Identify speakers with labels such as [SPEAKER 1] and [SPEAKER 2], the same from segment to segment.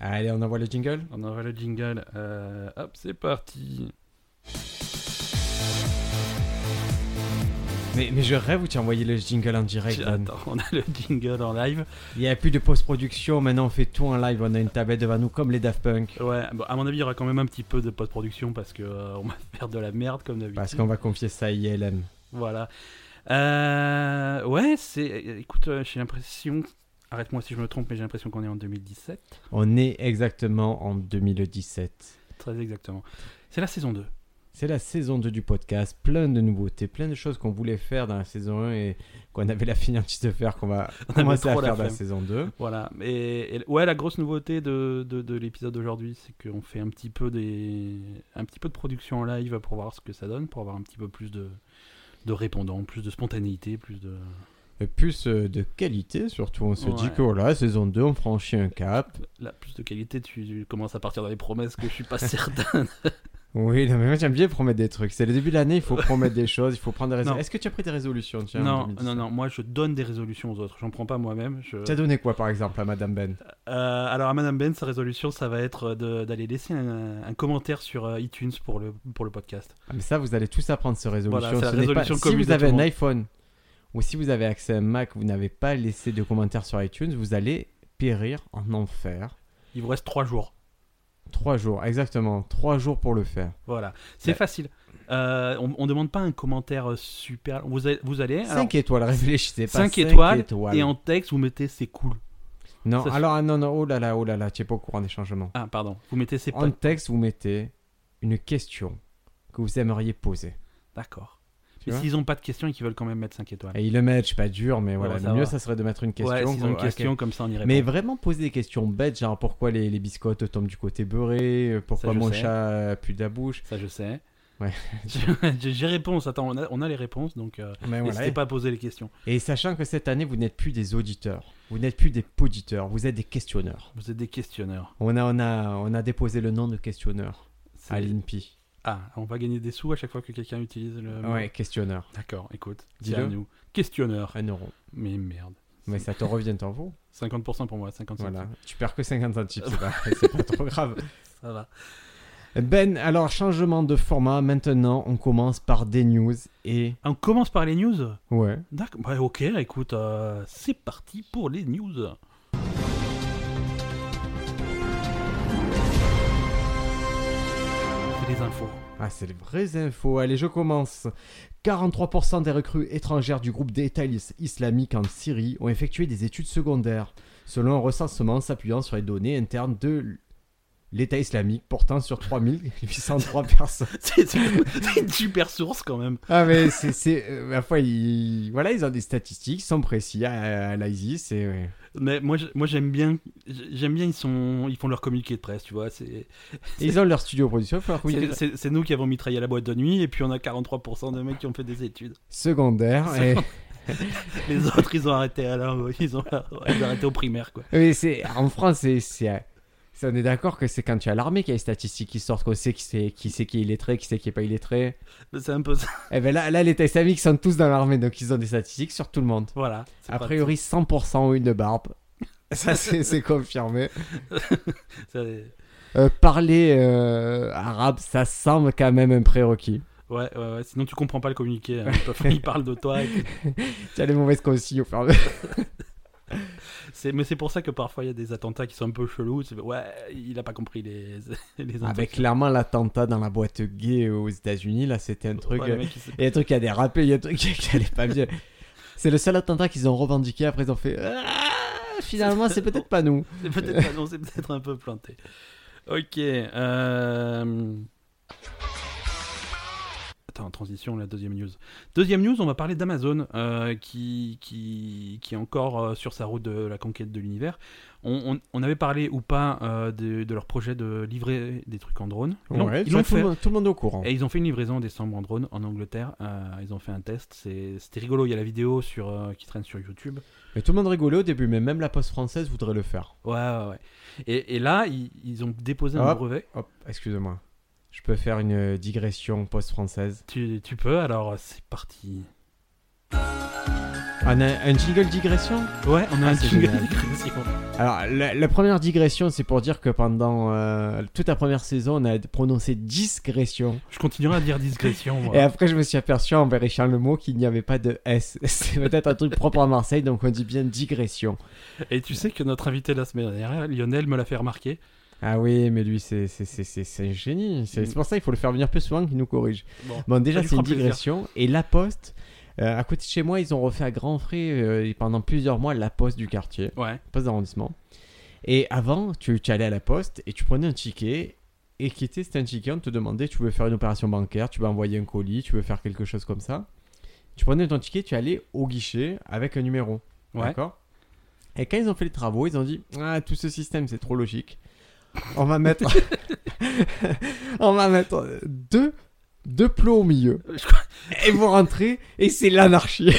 [SPEAKER 1] Allez, on envoie le jingle
[SPEAKER 2] On envoie le jingle. Euh, hop, c'est parti.
[SPEAKER 1] Mais, mais je rêve où tu as envoyé le jingle en direct.
[SPEAKER 2] Tiens,
[SPEAKER 1] Dan.
[SPEAKER 2] Attends, on a le jingle en live.
[SPEAKER 1] Il n'y a plus de post-production, maintenant on fait tout en live, on a une tablette devant nous comme les Daft Punk.
[SPEAKER 2] Ouais, bon, à mon avis, il y aura quand même un petit peu de post-production parce que euh, on va faire de la merde comme d'habitude.
[SPEAKER 1] Parce qu'on va confier ça à ILM.
[SPEAKER 2] Voilà. Euh, ouais, c'est. Écoute, euh, j'ai l'impression. Arrête-moi si je me trompe, mais j'ai l'impression qu'on est en 2017.
[SPEAKER 1] On est exactement en 2017.
[SPEAKER 2] Très exactement. C'est la saison 2.
[SPEAKER 1] C'est la saison 2 du podcast, plein de nouveautés, plein de choses qu'on voulait faire dans la saison 1 et qu'on avait la finalité de faire, qu'on va
[SPEAKER 2] avait
[SPEAKER 1] commencer à
[SPEAKER 2] trop la
[SPEAKER 1] faire dans la
[SPEAKER 2] flemme.
[SPEAKER 1] saison 2.
[SPEAKER 2] Voilà. Et, et- ouais, la grosse nouveauté de, de, de l'épisode d'aujourd'hui, c'est qu'on fait un petit peu des, un petit peu de production en live pour voir ce que ça donne, pour avoir un petit peu plus de, de répondants, plus de spontanéité, plus de.
[SPEAKER 1] Et plus euh, de qualité surtout, on se dit
[SPEAKER 2] Ouais.
[SPEAKER 1] que voilà, saison 2, on franchit un cap.
[SPEAKER 2] Là, plus de qualité. Tu, tu commences à partir dans les promesses que je suis pas certain.
[SPEAKER 1] Oui, non, mais moi j'aime bien promettre des trucs. C'est le début de l'année, il faut promettre des choses, il faut prendre des
[SPEAKER 2] Non.
[SPEAKER 1] résolutions. Est-ce que tu as pris des résolutions tiens, en
[SPEAKER 2] non,
[SPEAKER 1] 2017?
[SPEAKER 2] non, non. Moi, je donne des résolutions aux autres. J'en prends pas moi-même. Je...
[SPEAKER 1] Tu as donné quoi par exemple à Madame Ben
[SPEAKER 2] Euh, alors à Madame Ben, sa résolution, ça va être de- d'aller laisser un, un commentaire sur euh, iTunes pour le, pour le podcast.
[SPEAKER 1] Ah, mais ça, vous allez tous apprendre cette résolution.
[SPEAKER 2] Voilà, c'est la
[SPEAKER 1] Ce n'est pas-
[SPEAKER 2] résolution
[SPEAKER 1] Si
[SPEAKER 2] commune
[SPEAKER 1] vous
[SPEAKER 2] de
[SPEAKER 1] avez
[SPEAKER 2] tout le
[SPEAKER 1] un
[SPEAKER 2] monde.
[SPEAKER 1] iPhone ou si vous avez accès à un Mac, vous n'avez pas laissé de commentaires sur iTunes, vous allez périr en enfer.
[SPEAKER 2] Il vous reste trois jours.
[SPEAKER 1] Trois jours, exactement. Trois jours pour le faire.
[SPEAKER 2] Voilà, c'est
[SPEAKER 1] Ouais.
[SPEAKER 2] facile. Euh, on, on demande pas un commentaire euh, super. Vous, allez- vous allez alors,
[SPEAKER 1] Cinq étoiles, réfléchissez pas.
[SPEAKER 2] cinq
[SPEAKER 1] cinq
[SPEAKER 2] étoiles, et en texte vous mettez c'est cool.
[SPEAKER 1] Non,
[SPEAKER 2] ça se-
[SPEAKER 1] alors, ah, non, non, oh là là, oh là là, tu n'es pas au courant des changements.
[SPEAKER 2] Ah pardon, vous mettez c'est pas.
[SPEAKER 1] En texte, vous mettez une question que vous aimeriez poser.
[SPEAKER 2] D'accord.
[SPEAKER 1] Tu
[SPEAKER 2] Mais
[SPEAKER 1] vois
[SPEAKER 2] s'ils ont pas de questions et qu'ils veulent quand même mettre 5 étoiles.
[SPEAKER 1] Et ils le mettent, je suis pas dur, mais voilà.
[SPEAKER 2] Ouais,
[SPEAKER 1] le
[SPEAKER 2] ça
[SPEAKER 1] mieux,
[SPEAKER 2] va.
[SPEAKER 1] ça serait de mettre une question.
[SPEAKER 2] ouais, s'ils ont une
[SPEAKER 1] qu'on-
[SPEAKER 2] question comme ça on y répond.
[SPEAKER 1] Mais vraiment poser des questions bêtes, genre pourquoi les, les biscottes tombent du côté beurré, euh, pourquoi
[SPEAKER 2] je
[SPEAKER 1] mon
[SPEAKER 2] sais.
[SPEAKER 1] chat euh, pue de la bouche.
[SPEAKER 2] Ça je sais.
[SPEAKER 1] Ouais.
[SPEAKER 2] J'ai- J'ai réponse. Attends, on a, on a les réponses donc euh,
[SPEAKER 1] Mais voilà.
[SPEAKER 2] n'hésitez pas à poser les questions.
[SPEAKER 1] Et sachant que cette année, vous n'êtes plus des auditeurs, vous n'êtes plus des poditeurs, vous êtes des questionneurs.
[SPEAKER 2] Vous êtes des questionneurs.
[SPEAKER 1] On a, on a, on a déposé le nom de questionneur à l'INPI.
[SPEAKER 2] Ah, on va gagner des sous à chaque fois que quelqu'un utilise le. mot.
[SPEAKER 1] Ouais, questionneur.
[SPEAKER 2] D'accord, écoute.
[SPEAKER 1] Dis-le.
[SPEAKER 2] Dis-le nous. Questionneur.
[SPEAKER 1] Un euro.
[SPEAKER 2] Mais merde.
[SPEAKER 1] Mais ça te revient en vous.
[SPEAKER 2] 50% pour moi, 50%.
[SPEAKER 1] Voilà. Tu perds que 50 centimes, c'est pas, c'est pas trop grave.
[SPEAKER 2] Ça va.
[SPEAKER 1] Ben, alors changement de format. Maintenant, on commence par des news et.
[SPEAKER 2] On commence par les news
[SPEAKER 1] Ouais.
[SPEAKER 2] D'accord. Bah, ok, écoute, euh, c'est parti pour les news. C'est les infos.
[SPEAKER 1] Ah, c'est les vraies infos. Allez, je commence. 43% des recrues étrangères du groupe d'État is- islamique en Syrie ont effectué des études secondaires, selon un recensement s'appuyant sur les données internes de l- l'État islamique, portant sur 3803 personnes.
[SPEAKER 2] C'est c'est- c'est une super source quand même.
[SPEAKER 1] Ah, mais c'est. c'est euh, enfin, ils, voilà, ils ont des statistiques, ils sont précis à, à l'ISIS. Et, ouais.
[SPEAKER 2] Mais moi, je- moi j'aime bien, j'aime bien ils sont, ils font leur communiqué de presse, tu vois. C'est
[SPEAKER 1] Et ils ont leur studio de production. faut leur communiquer.
[SPEAKER 2] C'est- C'est c'est nous qui avons mitraillé la boîte de nuit et puis on a 43% de mecs qui ont fait des études.
[SPEAKER 1] Secondaire. Et,
[SPEAKER 2] Les autres, ils ont arrêté à la- ils ont, ils ont arrêté au primaire quoi.
[SPEAKER 1] Oui, c'est en France, c'est, c'est- c'est- on est d'accord que c'est quand tu as l'armée qu'il y a les statistiques qui sortent, qu'on sait qui c'est qui c'est qui est illettré, qui c'est qui est pas illettré.
[SPEAKER 2] C'est un peu ça.
[SPEAKER 1] Et ben là, là, les tests islamiques sont tous dans l'armée, donc ils ont des statistiques sur tout le monde.
[SPEAKER 2] Voilà. c'est
[SPEAKER 1] A
[SPEAKER 2] pas-
[SPEAKER 1] priori, 100% ont une barbe. Ça, c'est, c'est confirmé.
[SPEAKER 2] c'est-
[SPEAKER 1] Euh, parler euh, arabe, ça semble quand même un prérequis.
[SPEAKER 2] Ouais, ouais, ouais. Sinon, tu comprends pas le communiqué. hein. Ils peuvent- Ils parlent de toi. et puis-
[SPEAKER 1] Tu as les mauvaises consignes au fur et à mesure.
[SPEAKER 2] c'est- Mais c'est pour ça que parfois il y a des attentats qui sont un peu chelous. C'est- Ouais, il a pas compris les, les
[SPEAKER 1] Ah, mais
[SPEAKER 2] intentions.
[SPEAKER 1] clairement, l'attentat dans la boîte gay aux États-Unis, là, c'était un truc.
[SPEAKER 2] Ouais, le mec, il s'est-
[SPEAKER 1] Il y a des trucs qui a dérapé, il y a des trucs qui allaient pas bien. C'est le seul attentat qu'ils ont revendiqué. Après, ils ont fait Ah, finalement, c'est peut-être pas nous.
[SPEAKER 2] c'est peut-être pas- non, c'est peut-être un peu planté. Ok. euh, Attends, transition, la deuxième news. Deuxième news, on va parler d'Amazon euh, qui, qui, qui est encore euh, sur sa route de la conquête de l'univers. On, on- on avait parlé ou pas euh, de, de leur projet de livrer des trucs en drone. Ils l'ont- ils l'ont
[SPEAKER 1] tout,
[SPEAKER 2] fait.
[SPEAKER 1] le monde, tout le monde est au courant.
[SPEAKER 2] Et ils ont fait une livraison en décembre en drone en Angleterre. Euh, ils ont fait un test. C'est- C'était rigolo. Il y a la vidéo sur, euh, qui traîne sur YouTube.
[SPEAKER 1] Mais tout le monde rigolait au début, mais même la poste française voudrait le faire.
[SPEAKER 2] Ouais, ouais, ouais. Et, et là, ils, ils ont déposé un
[SPEAKER 1] Hop.
[SPEAKER 2] brevet.
[SPEAKER 1] Hop, excuse-moi. Je peux faire une euh, digression post-française.
[SPEAKER 2] Tu, tu peux, alors c'est parti.
[SPEAKER 1] On a un jingle digression
[SPEAKER 2] Ouais, on a
[SPEAKER 1] Ah,
[SPEAKER 2] un
[SPEAKER 1] c'est
[SPEAKER 2] jingle
[SPEAKER 1] génial.
[SPEAKER 2] digression.
[SPEAKER 1] Alors, la, la première digression, c'est pour dire que pendant euh, toute la première saison, on a prononcé discrétion.
[SPEAKER 2] Je continuerai à dire digression. moi.
[SPEAKER 1] Et après, je me suis aperçu en vérifiant le mot qu'il n'y avait pas de S. C'est peut-être un truc propre à Marseille, donc on dit bien digression.
[SPEAKER 2] Et tu sais que notre invité de la semaine dernière, Lionel, me l'a fait remarquer.
[SPEAKER 1] Ah oui, mais lui, c'est c'est- c'est- c'est- c'est un génie. C'est c'est pour ça qu'il faut le faire venir plus souvent qu'il nous corrige.
[SPEAKER 2] Bon.
[SPEAKER 1] Bon, déjà,
[SPEAKER 2] Ça lui
[SPEAKER 1] c'est une
[SPEAKER 2] fera plaisir.
[SPEAKER 1] digression. Et La Poste, euh, à côté de chez moi, ils ont refait à grands frais euh, et pendant plusieurs mois La Poste du quartier.
[SPEAKER 2] Ouais.
[SPEAKER 1] poste d'arrondissement. Et avant, tu, tu allais à la poste et tu prenais un ticket. Et qui était, c'était un ticket, on te demandait, tu veux faire une opération bancaire, tu veux envoyer un colis, tu veux faire quelque chose comme ça. Tu prenais ton ticket, tu allais au guichet avec un numéro.
[SPEAKER 2] Ouais.
[SPEAKER 1] D'accord Et quand ils ont fait les travaux, ils ont dit Ah, tout ce système, c'est trop logique. On va mettre. on va mettre deux, deux plots au milieu.
[SPEAKER 2] Je
[SPEAKER 1] Et vous rentrez, et c'est l'anarchie.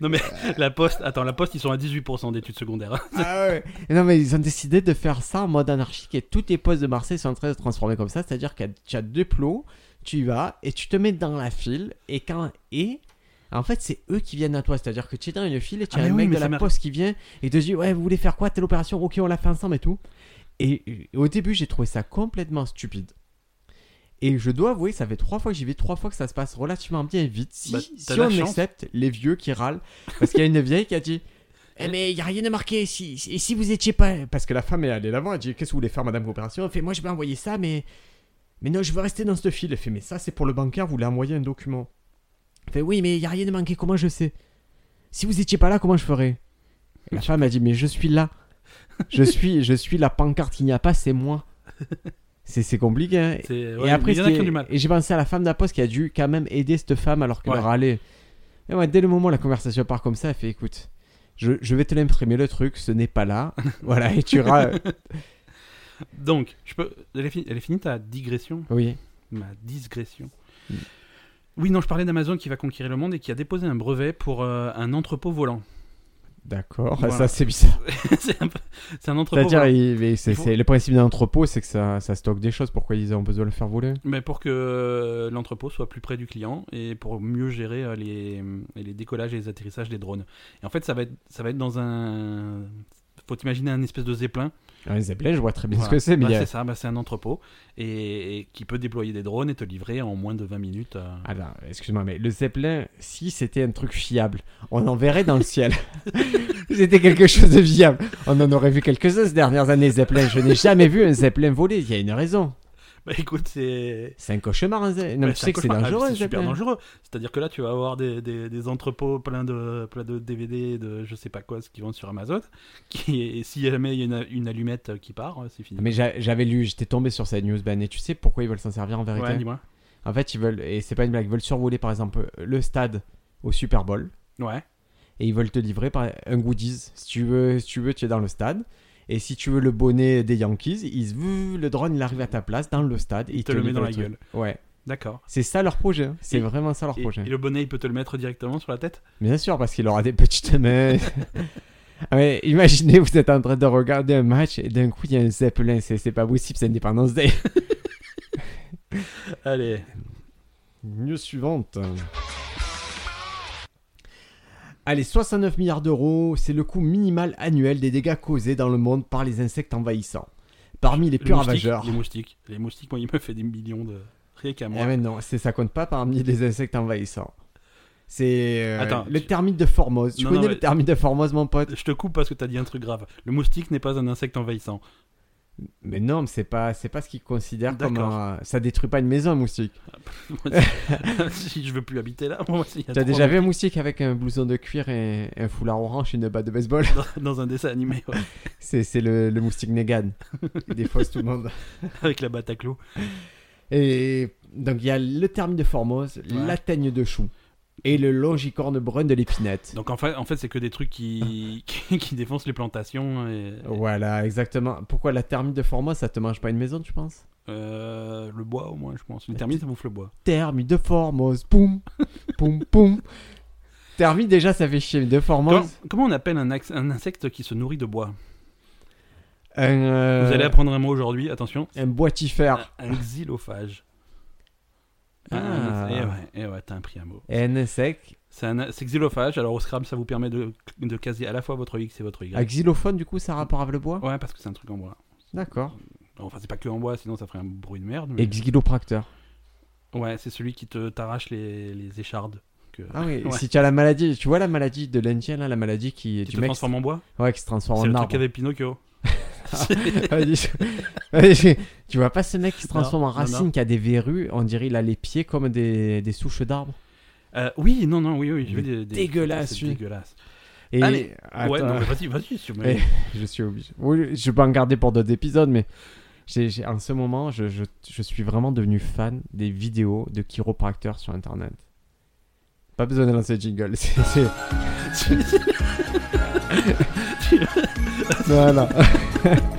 [SPEAKER 2] Non mais la poste, attends, la poste, ils sont à 18% d'études secondaires.
[SPEAKER 1] Ah ouais. Et Non, mais ils ont décidé de faire ça en mode anarchique et toutes les postes de Marseille sont en train de se transformer comme ça. C'est-à-dire qu'il y a- tu as deux plots, tu y vas et tu te mets dans la file. Et quand. Et. En fait, c'est eux qui viennent à toi. C'est-à-dire que tu es dans une file et tu
[SPEAKER 2] Ah,
[SPEAKER 1] as
[SPEAKER 2] mais
[SPEAKER 1] un
[SPEAKER 2] oui,
[SPEAKER 1] mec
[SPEAKER 2] mais
[SPEAKER 1] de
[SPEAKER 2] ça
[SPEAKER 1] la
[SPEAKER 2] m'arrive.
[SPEAKER 1] poste qui vient et te dit Ouais, vous voulez faire quoi Telle opération Ok, on la fait ensemble et tout. Et, et au début, j'ai trouvé ça complètement stupide. Et je dois avouer, ça fait trois fois que j'y vais, trois fois que ça se passe relativement bien et vite. Si,
[SPEAKER 2] Bah, t'as
[SPEAKER 1] si
[SPEAKER 2] la
[SPEAKER 1] on
[SPEAKER 2] chance.
[SPEAKER 1] accepte les vieux qui râlent, parce qu'il y a une vieille qui a dit Eh, mais il n'y a rien de marqué, si, si- et si vous étiez pas. Parce que la femme est allée l'avant, elle dit Qu'est-ce que vous voulez faire, madame Coopération Elle fait Moi, je vais envoyer ça, mais. Mais non, je veux rester dans ce fil. Elle fait Mais ça, c'est pour le bancaire, vous voulez envoyer un document. Elle fait Oui, mais il n'y a rien de manqué, comment je sais Si vous étiez pas là, comment je ferais Et La femme a dit Mais je suis là. Je suis, je suis la pancarte, il n'y a pas, c'est moi. C'est c'est compliqué. hein.
[SPEAKER 2] C'est-
[SPEAKER 1] Et
[SPEAKER 2] ouais,
[SPEAKER 1] après,
[SPEAKER 2] il y en a qui
[SPEAKER 1] c'était-
[SPEAKER 2] ont du mal.
[SPEAKER 1] Et j'ai pensé à la femme de la poste qui a dû quand même aider cette femme alors qu'elle
[SPEAKER 2] Ouais.
[SPEAKER 1] râlait. Et ouais, dès le moment où la conversation part comme ça, elle fait écoute, je, je vais te l'imprimer le truc, ce n'est pas là. voilà, et tu euh, râles.
[SPEAKER 2] Donc, je peux. Elle est, finie, elle est finie ta digression,
[SPEAKER 1] Oui.
[SPEAKER 2] ma digression.
[SPEAKER 1] Mm.
[SPEAKER 2] Oui, non, je parlais d'Amazon qui va conquérir le monde et qui a déposé un brevet pour euh, un entrepôt volant.
[SPEAKER 1] D'accord,
[SPEAKER 2] Voilà.
[SPEAKER 1] ça c'est bizarre.
[SPEAKER 2] c'est un, peu- c'est un entrepôt.
[SPEAKER 1] C'est-à-dire,
[SPEAKER 2] volant.
[SPEAKER 1] il- mais c'est-
[SPEAKER 2] Il faut-
[SPEAKER 1] c'est- le principe d'un entrepôt, c'est que ça, ça stocke des choses. Pourquoi ils ont besoin de le faire voler
[SPEAKER 2] Mais pour que euh, l'entrepôt soit plus près du client et pour mieux gérer euh, les, les décollages et les atterrissages des drones. Et en fait, ça va être, ça va être dans un. Faut imaginer un espèce de zeppelin.
[SPEAKER 1] Ah, Les appelés, je vois très bien
[SPEAKER 2] Voilà.
[SPEAKER 1] ce que c'est, mais
[SPEAKER 2] Bah,
[SPEAKER 1] il y a-
[SPEAKER 2] c'est ça, bah, c'est un entrepôt et, et qui peut déployer des drones et te livrer en moins de 20 minutes. euh.
[SPEAKER 1] Alors, excuse-moi, mais le Zeppelin, si c'était un truc fiable, on en verrait dans le ciel. c'était quelque chose de viable. On en aurait vu quelques-uns ces dernières années, Zeppelin. Je n'ai jamais vu un Zeppelin voler. Il y a une raison.
[SPEAKER 2] Bah écoute, c'est.
[SPEAKER 1] C'est un cauchemar, un Zeppelin. Non,
[SPEAKER 2] Bah,
[SPEAKER 1] mais tu sais
[SPEAKER 2] un
[SPEAKER 1] que c'est
[SPEAKER 2] cauchemar. Ah,
[SPEAKER 1] dangereux, un
[SPEAKER 2] C'est super
[SPEAKER 1] Zeppelin.
[SPEAKER 2] dangereux. C'est-à-dire que là, tu vas avoir des, des- des entrepôts plein de, plein de DVD, de je sais pas quoi, ce qu'ils vendent sur Amazon. Qui, et si jamais il y a une, une allumette qui part, euh, c'est fini.
[SPEAKER 1] Mais j'a- j'avais lu, j'étais tombé sur cette news, Ben, et tu sais pourquoi ils veulent s'en servir en vérité
[SPEAKER 2] ouais, dis-moi.
[SPEAKER 1] En fait, ils veulent, et c'est pas une blague, ils veulent survoler par exemple le stade au Super Bowl.
[SPEAKER 2] Ouais.
[SPEAKER 1] et ils veulent te livrer par un goodies. Si tu veux, si tu veux, tu es dans le stade. Et si tu veux le bonnet des Yankees, ils, vouh, le drone il arrive à ta place dans le stade. et
[SPEAKER 2] te le met
[SPEAKER 1] livre
[SPEAKER 2] dans la
[SPEAKER 1] truc.
[SPEAKER 2] gueule.
[SPEAKER 1] Ouais.
[SPEAKER 2] D'accord.
[SPEAKER 1] C'est ça leur projet. hein. C'est
[SPEAKER 2] Et-
[SPEAKER 1] vraiment ça leur
[SPEAKER 2] Et,
[SPEAKER 1] projet.
[SPEAKER 2] et le bonnet, il peut te le mettre directement sur la tête
[SPEAKER 1] Bien sûr, parce qu'il aura des petites mains. Ah ouais, imaginez, vous êtes en train de regarder un match et d'un coup il y a un zeppelin. C'est c'est pas possible, c'est Independence Day.
[SPEAKER 2] Allez.
[SPEAKER 1] News suivante. Allez, 69 milliards d'euros, c'est le coût minimal annuel des dégâts causés dans le monde par les insectes envahissants. Parmi les
[SPEAKER 2] Les
[SPEAKER 1] plus
[SPEAKER 2] moustiques,
[SPEAKER 1] ravageurs.
[SPEAKER 2] Les moustiques. Les moustiques, moi, il me fait des millions de. Rien qu'à moi.
[SPEAKER 1] Eh mais non, c'est ça compte pas parmi les insectes envahissants. C'est euh,
[SPEAKER 2] Attends,
[SPEAKER 1] le
[SPEAKER 2] tu-
[SPEAKER 1] termite de Formose. Tu
[SPEAKER 2] Non,
[SPEAKER 1] connais
[SPEAKER 2] non,
[SPEAKER 1] le
[SPEAKER 2] mais-
[SPEAKER 1] termite de Formose, mon pote
[SPEAKER 2] Je te coupe parce que t'as dit un truc grave. Le moustique n'est pas un insecte envahissant.
[SPEAKER 1] Mais non, mais c'est pas, c'est pas ce qu'ils considèrent comme
[SPEAKER 2] D'accord.
[SPEAKER 1] un- Ça détruit pas une maison, un moustique.
[SPEAKER 2] si je veux plus habiter là, moi, s'il y a
[SPEAKER 1] Tu as
[SPEAKER 2] trois
[SPEAKER 1] déjà vu un moustique avec un blouson de cuir et un foulard orange et une batte de baseball
[SPEAKER 2] dans, dans un dessin animé ouais,
[SPEAKER 1] C'est c'est le, le moustique Negan. Il défausse tout le monde.
[SPEAKER 2] avec la batte à clous.
[SPEAKER 1] Et donc il y a le thermite de Formose, la teigne de chou et le longicorne brun de l'épinette.
[SPEAKER 2] Donc en fait, en fait c'est que des trucs qui, qui, qui défoncent les plantations. Et,
[SPEAKER 1] Voilà, exactement. Pourquoi la thermite de Formose, ça te mange pas une maison, tu penses
[SPEAKER 2] Euh, le bois au moins, je pense. Les termites, ça bouffe le bois.
[SPEAKER 1] Thermite de Formose, poum, poum, poum. Thermite, déjà, ça fait chier. mais De
[SPEAKER 2] Comment,
[SPEAKER 1] Formose,
[SPEAKER 2] comment on appelle un, ax- un insecte qui se nourrit de bois
[SPEAKER 1] un, euh,
[SPEAKER 2] Vous allez apprendre un mot aujourd'hui, attention.
[SPEAKER 1] un boitifère.
[SPEAKER 2] Un xylophage.
[SPEAKER 1] Ah.
[SPEAKER 2] Eh ouais, eh ouais, t'as appris un mot.
[SPEAKER 1] NSEC.
[SPEAKER 2] C'est un c'est xylophage. Alors au Scrabble, ça vous permet de, de caser à la fois votre X et votre Y.
[SPEAKER 1] Ah, xylophone, du coup, ça a rapport avec le bois
[SPEAKER 2] Ouais, parce que c'est un truc en bois.
[SPEAKER 1] D'accord.
[SPEAKER 2] Enfin, c'est pas que en bois, sinon ça ferait un bruit de merde. mais-
[SPEAKER 1] Et xylopracteur.
[SPEAKER 2] Ouais, c'est celui qui te t'arrache les, les échardes. Que...
[SPEAKER 1] Ah oui,
[SPEAKER 2] Ouais.
[SPEAKER 1] si tu as la maladie, tu vois la maladie de l'Indien, là, la maladie qui,
[SPEAKER 2] qui
[SPEAKER 1] du
[SPEAKER 2] te
[SPEAKER 1] mec
[SPEAKER 2] transforme en bois
[SPEAKER 1] ouais, qui se transforme
[SPEAKER 2] C'est le
[SPEAKER 1] en
[SPEAKER 2] truc
[SPEAKER 1] arbre.
[SPEAKER 2] avec Pinocchio.
[SPEAKER 1] Vas-y, je- vas-y, je- tu vois pas ce mec qui se transforme en
[SPEAKER 2] Non, non,
[SPEAKER 1] racine,
[SPEAKER 2] non.
[SPEAKER 1] qui a des verrues, on dirait il a les pieds comme des, des souches d'arbres.
[SPEAKER 2] Euh, oui, non, non, oui, oui. j'ai vu
[SPEAKER 1] Il
[SPEAKER 2] des, des-
[SPEAKER 1] dégueulasse,
[SPEAKER 2] C'est
[SPEAKER 1] lui.
[SPEAKER 2] dégueulasse.
[SPEAKER 1] Et
[SPEAKER 2] Allez,
[SPEAKER 1] Attends,
[SPEAKER 2] Ouais, non, mais vas-y, vas-y. si- mais-
[SPEAKER 1] Eh. je suis obligé. Oui, je peux en garder pour d'autres épisodes, mais j'ai, j'ai- en ce moment, je, je- je suis vraiment devenu fan des vidéos de chiropracteurs sur Internet. Pas besoin de lancer de jingle. c'est- c'est- Voilà.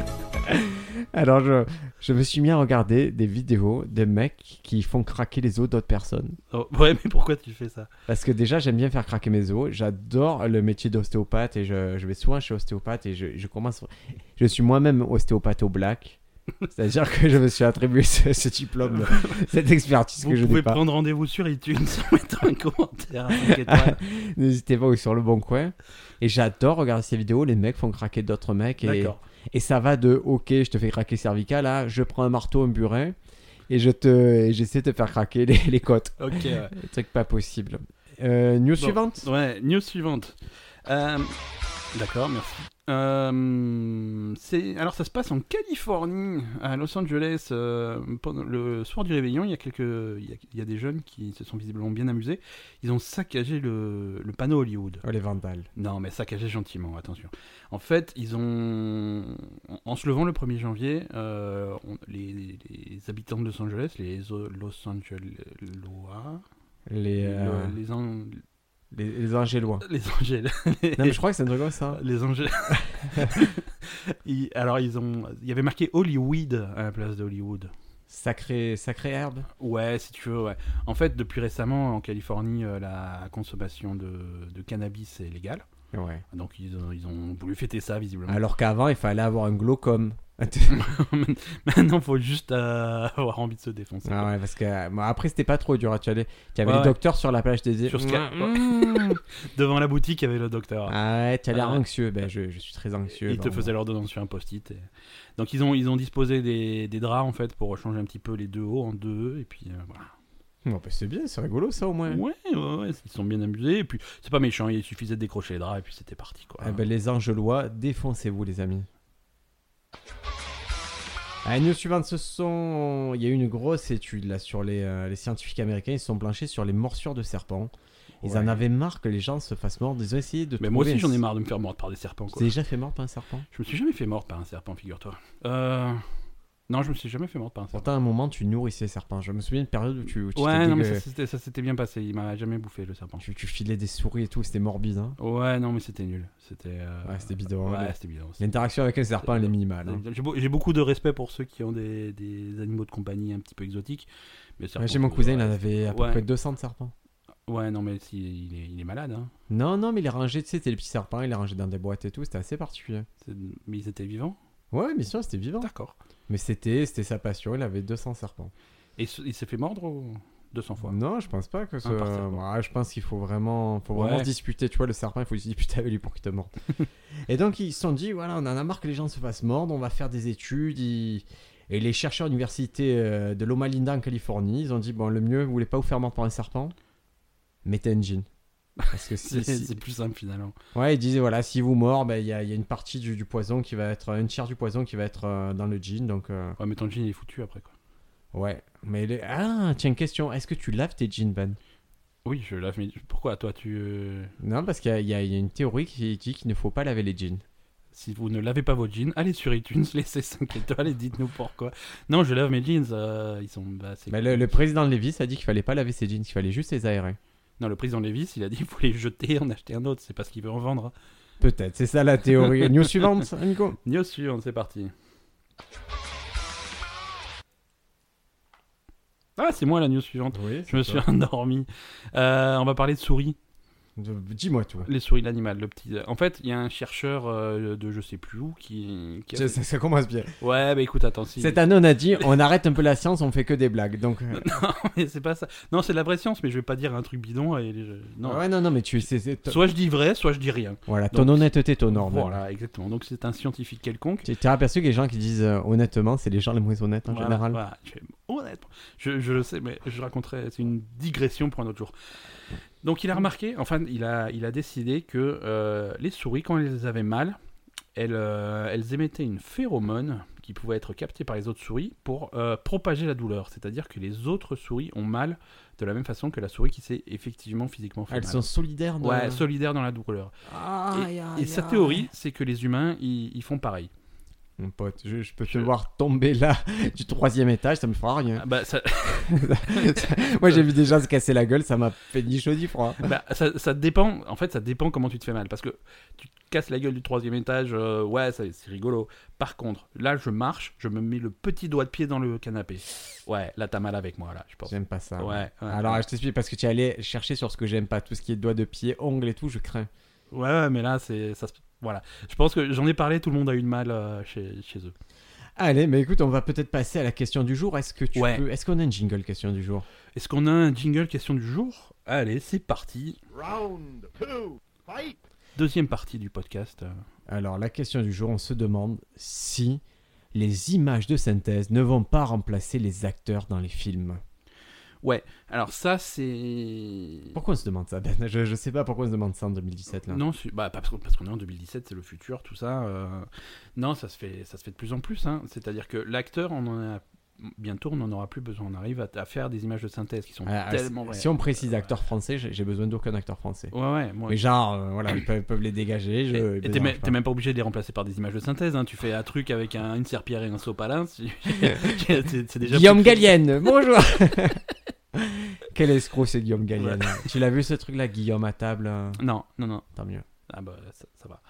[SPEAKER 1] Alors, je, je me suis mis à regarder des vidéos de mecs qui font craquer les os d'autres personnes.
[SPEAKER 2] Oh, ouais, mais pourquoi tu fais ça
[SPEAKER 1] Parce que déjà, j'aime bien faire craquer mes os. J'adore le métier d'ostéopathe et je, je vais souvent chez ostéopathe et je, je commence. Je suis moi-même ostéopathe au black. C'est-à-dire que je me suis attribué ce, ce diplôme, cette expertise que
[SPEAKER 2] Vous
[SPEAKER 1] je n'ai
[SPEAKER 2] pouvez
[SPEAKER 1] pas.
[SPEAKER 2] prendre rendez-vous sur iTunes en mettant un commentaire. à cinq étoiles.
[SPEAKER 1] N'hésitez pas ou sur le bon coin. Et j'adore regarder ces vidéos. Les mecs font craquer d'autres mecs. Et,
[SPEAKER 2] D'accord.
[SPEAKER 1] et ça va de OK, je te fais craquer cervical là, je prends un marteau, un burin et je te, et j'essaie de te faire craquer les, les côtes.
[SPEAKER 2] Ok, ouais.
[SPEAKER 1] Un truc pas possible. Euh, news
[SPEAKER 2] Bon,
[SPEAKER 1] suivante
[SPEAKER 2] Ouais, news suivante. Euh, D'accord, merci. Euh, c'est- alors ça se passe en Californie, à Los Angeles. euh, pendant- le soir du réveillon, il y, a quelques, il, y a, il y a des jeunes qui se sont visiblement bien amusés. Ils ont saccagé le, le panneau Hollywood.
[SPEAKER 1] Oh, les vandales.
[SPEAKER 2] Non, mais saccagé gentiment, attention. En fait, ils ont. en- En se levant le 1er janvier, euh, on- les, les habitants de Los Angeles, les Zo- Los Angelois,
[SPEAKER 1] Les, euh,
[SPEAKER 2] le- les, An-
[SPEAKER 1] les, les Angélois.
[SPEAKER 2] les Angel-
[SPEAKER 1] Non, mais je crois que c'est un truc comme ça.
[SPEAKER 2] les Angel- Ils- alors, ils ont. Il y avait marqué Hollywood à la place de Hollywood.
[SPEAKER 1] Sacré, sacré herbe.
[SPEAKER 2] Ouais, si tu veux, ouais. En fait, depuis récemment, en Californie, euh, la consommation de, de cannabis est légale.
[SPEAKER 1] Ouais.
[SPEAKER 2] Donc, ils ont, ils ont voulu fêter ça, visiblement.
[SPEAKER 1] Alors qu'avant, il fallait avoir un glaucome. ah
[SPEAKER 2] Maintenant, faut juste euh, avoir envie de se défoncer.
[SPEAKER 1] ouais, parce que euh, bon, après, c'était pas trop dur. Tu allais, tu avais
[SPEAKER 2] Ouais,
[SPEAKER 1] les
[SPEAKER 2] ouais.
[SPEAKER 1] docteurs sur la plage des îles.
[SPEAKER 2] Sur Skype,
[SPEAKER 1] Mouah,
[SPEAKER 2] ouais.
[SPEAKER 1] mmh.
[SPEAKER 2] Devant la boutique, il y avait le docteur.
[SPEAKER 1] Ah ouais, tu as l'air
[SPEAKER 2] Ah ouais.
[SPEAKER 1] anxieux. Ben, je, je suis très anxieux.
[SPEAKER 2] il te
[SPEAKER 1] donc.
[SPEAKER 2] faisait l'ordonnance sur un post-it. et- Donc, ils ont, ils ont disposé des, des draps, en fait, pour changer un petit peu les deux hauts en deux. Et puis, euh, voilà.
[SPEAKER 1] Bon, ben, c'est bien, c'est rigolo ça au moins.
[SPEAKER 2] Ouais, ouais, ouais, ils sont bien amusés. Et puis, c'est pas méchant, il suffisait de décrocher les draps et puis c'était parti, quoi.
[SPEAKER 1] Ah ben, les Angelois, défoncez-vous, les amis. À news suivante, ce sont. Il y a eu une grosse étude là sur les, euh, les scientifiques américains. Ils se sont planchés sur les morsures de serpents. Ils
[SPEAKER 2] Ouais.
[SPEAKER 1] en avaient marre que les gens se fassent mordre. Ils ont essayé de.
[SPEAKER 2] Mais moi
[SPEAKER 1] trouver
[SPEAKER 2] aussi,
[SPEAKER 1] un-
[SPEAKER 2] j'en ai marre de me faire mordre par des serpents,
[SPEAKER 1] Tu
[SPEAKER 2] quoi.
[SPEAKER 1] t'es déjà fait mordre par un serpent
[SPEAKER 2] Je me suis jamais fait mordre par un serpent, figure-toi. Euh... Non, je me suis jamais fait mordre par un serpent.
[SPEAKER 1] Pourtant, à un moment, tu nourrissais les serpents. Je me souviens d'une période où tu. où tu
[SPEAKER 2] Ouais,
[SPEAKER 1] t'étais
[SPEAKER 2] non, mais
[SPEAKER 1] dégueu-
[SPEAKER 2] ça, c'était- ça s'était bien passé. Il m'a jamais bouffé, le serpent.
[SPEAKER 1] tu, tu filais des souris et tout. C'était morbide. hein.
[SPEAKER 2] Ouais, non, mais c'était nul. C'était. euh,
[SPEAKER 1] Ouais, c'était bidon. hein.
[SPEAKER 2] Ouais, c'était bidon.
[SPEAKER 1] L'interaction avec un serpent, elle est minimale. hein.
[SPEAKER 2] J'ai beau- j'ai beaucoup de respect pour ceux qui ont des, des animaux de compagnie un petit peu exotiques. Mais
[SPEAKER 1] Ouais,
[SPEAKER 2] serpent,
[SPEAKER 1] Chez mon
[SPEAKER 2] faut-
[SPEAKER 1] cousin, il
[SPEAKER 2] ouais,
[SPEAKER 1] en avait à peu
[SPEAKER 2] Ouais.
[SPEAKER 1] près 200 de serpents.
[SPEAKER 2] Ouais, non, mais si, il, est, il est malade. Hein.
[SPEAKER 1] Non, non, mais il est rangé, tu sais, c'était les petits serpents, il est rangé dans des boîtes et tout, c'était assez particulier.
[SPEAKER 2] C'est- Mais ils étaient vivants.
[SPEAKER 1] Ouais, mais sûr, c'était vivant.
[SPEAKER 2] D'accord.
[SPEAKER 1] Mais c'était c'était sa passion, il avait 200 serpents.
[SPEAKER 2] Et ce- il s'est fait mordre ou 200 fois
[SPEAKER 1] Non, je pense pas que ce.
[SPEAKER 2] par serpent.
[SPEAKER 1] Ouais, je pense qu'il faut vraiment, faut vraiment
[SPEAKER 2] Ouais.
[SPEAKER 1] se disputer, tu vois, le serpent, il faut se disputer avec lui pour qu'il te morde. et donc, ils se sont dit, voilà, on en a marre que les gens se fassent mordre, on va faire des études. ils- Et les chercheurs à l'université euh, de Loma Linda en Californie, ils ont dit, bon, le mieux, vous voulez pas vous faire mordre par un serpent Mettez un jean. Parce que si-
[SPEAKER 2] C'est
[SPEAKER 1] si,
[SPEAKER 2] c'est plus simple finalement.
[SPEAKER 1] Ouais, il disait voilà, si vous mord, ben, il y, a il y a une partie du, du poison qui va être, une tiers du poison qui va être euh, dans le jean, donc euh,
[SPEAKER 2] Ouais, mais ton jean il est foutu après quoi.
[SPEAKER 1] ouais. Mais les- ah, tiens, question, est-ce que tu laves tes jeans, Ben
[SPEAKER 2] Oui, je lave mes. Pourquoi toi tu. euh,
[SPEAKER 1] Non, parce qu'il y, a- il y a il y a une théorie qui dit qu'il ne faut pas laver les jeans.
[SPEAKER 2] Si vous ne lavez pas vos jeans, allez sur iTunes, laissez 5 étoiles et dites-nous pourquoi. Non, je lave mes jeans. euh, ils sont. Bah, c'est-
[SPEAKER 1] Mais le, le président Lévis a dit qu'il fallait pas laver ses jeans, qu'il fallait juste les aérer.
[SPEAKER 2] Non, le président Lévis, il a dit il faut les jeter, en acheter un autre. C'est parce qu'il veut en vendre.
[SPEAKER 1] Peut-être, c'est ça la théorie. News suivante, hein, Nico
[SPEAKER 2] News suivante, c'est parti. Ah, c'est moi la news suivante.
[SPEAKER 1] Oui,
[SPEAKER 2] Ah, Je me suis endormi. Euh, on va parler de souris.
[SPEAKER 1] De- Dis-moi tout.
[SPEAKER 2] Les souris d'animal, le petit. En fait, il y a un chercheur euh, de je sais plus où qui. qui a
[SPEAKER 1] Ça,
[SPEAKER 2] fait-
[SPEAKER 1] ça- ça commence bien.
[SPEAKER 2] Ouais, bah écoute, attends, si.
[SPEAKER 1] Cette année, on a dit on arrête un peu la science, on fait que des blagues. Donc, euh,
[SPEAKER 2] Mais c'est pas ça. Non, c'est de la vraie science, mais je vais pas dire un truc bidon. Et... je- Non.
[SPEAKER 1] Ah ouais, non, non, mais tu c'est- c'est-
[SPEAKER 2] Soit je dis vrai, soit je dis rien.
[SPEAKER 1] Voilà, ton
[SPEAKER 2] Donc-
[SPEAKER 1] honnêteté t'honore. norme
[SPEAKER 2] Voilà, exactement. Donc c'est un scientifique quelconque.
[SPEAKER 1] Tu t'es aperçu que les gens qui disent euh, honnêtement, c'est les gens les moins honnêtes en
[SPEAKER 2] Voilà,
[SPEAKER 1] général.
[SPEAKER 2] voilà. Je fais, honnêtement, je, je le sais, mais je raconterai. C'est une digression pour un autre jour. Donc il a remarqué, enfin, il a, il a décidé que euh, les souris, quand elles avaient mal, elles, euh, elles émettaient une phéromone qui pouvait être captée par les autres souris pour euh, propager la douleur. C'est-à-dire que les autres souris ont mal de la même façon que la souris qui s'est effectivement physiquement fait
[SPEAKER 1] Elles
[SPEAKER 2] mal.
[SPEAKER 1] sont solidaires. De...
[SPEAKER 2] Ouais, solidaires dans la douleur.
[SPEAKER 1] Aïe,
[SPEAKER 2] et,
[SPEAKER 1] aïe,
[SPEAKER 2] et sa
[SPEAKER 1] aïe.
[SPEAKER 2] théorie, c'est que les humains, ils, ils font pareil.
[SPEAKER 1] Mon pote, je, je peux te
[SPEAKER 2] Je-
[SPEAKER 1] voir tomber là du troisième étage, ça me fera rien.
[SPEAKER 2] Ah, Bah, ça, Ah,
[SPEAKER 1] Moi, j'ai vu des gens se casser la gueule, ça m'a fait ni chaud ni froid.
[SPEAKER 2] Bah, ça, ça dépend, en fait, ça dépend comment tu te fais mal. Parce que tu te casses la gueule du troisième étage, euh, ouais, ça- c'est rigolo. Par contre, là, je marche, je me mets le petit doigt de pied dans le canapé. Ouais, là, t'as mal avec moi, là, je pense.
[SPEAKER 1] J'aime pas ça.
[SPEAKER 2] Ouais, ouais.
[SPEAKER 1] Alors, je t'explique parce que tu es allé chercher sur ce que j'aime pas, tout ce qui est doigts de pied, ongles et tout, je crains.
[SPEAKER 2] ouais, ouais, mais là, c'est. Ça, se- voilà. Je pense que j'en ai parlé, tout le monde a eu de mal euh, chez, chez eux.
[SPEAKER 1] Allez, mais écoute, on va peut-être passer à la question du jour. Est-ce que tu
[SPEAKER 2] Ouais.
[SPEAKER 1] peux... Est-ce qu'on a une jingle question du jour
[SPEAKER 2] Est-ce qu'on a un jingle question du jour Allez, c'est parti.
[SPEAKER 3] Round two, fight!
[SPEAKER 2] Deuxième partie du podcast. euh.
[SPEAKER 1] Alors, la question du jour, on se demande si les images de synthèse ne vont pas remplacer les acteurs dans les films.
[SPEAKER 2] Alors, ça, c'est.
[SPEAKER 1] Pourquoi on se demande ça Ben, je, je sais pas pourquoi on se demande ça en 2017 là.
[SPEAKER 2] Non, c'est- bah, parce qu'on parce qu'on est en 2017, c'est le futur, tout ça. euh, Non, ça se fait, ça se fait de plus en plus. hein. C'est-à-dire que l'acteur, on en a bientôt, on n'en aura plus besoin. On arrive à, à faire des images de synthèse qui sont
[SPEAKER 1] Ah, ah,
[SPEAKER 2] tellement vraies.
[SPEAKER 1] si on précise acteur français, j'ai j'ai besoin d'aucun acteur français.
[SPEAKER 2] Ouais, ouais. moi-
[SPEAKER 1] Mais genre, euh, voilà, ils peuvent, peuvent les dégager. Je,
[SPEAKER 2] Et-
[SPEAKER 1] ils me
[SPEAKER 2] et t'es
[SPEAKER 1] dérangent
[SPEAKER 2] même-
[SPEAKER 1] pas.
[SPEAKER 2] t'es même pas obligé de les remplacer par des images de synthèse. hein. Tu fais un truc avec un- une serpillère et un sopalin. tu- c'est c'est déjà
[SPEAKER 1] Guillaume
[SPEAKER 2] plus-
[SPEAKER 1] Gallienne, bonjour Quel escroc c'est Guillaume Gallienne. Tu l'as vu ce truc là, Guillaume à table hein
[SPEAKER 2] Non, non, non.
[SPEAKER 1] Tant mieux.
[SPEAKER 2] Ah bah ça, ça va.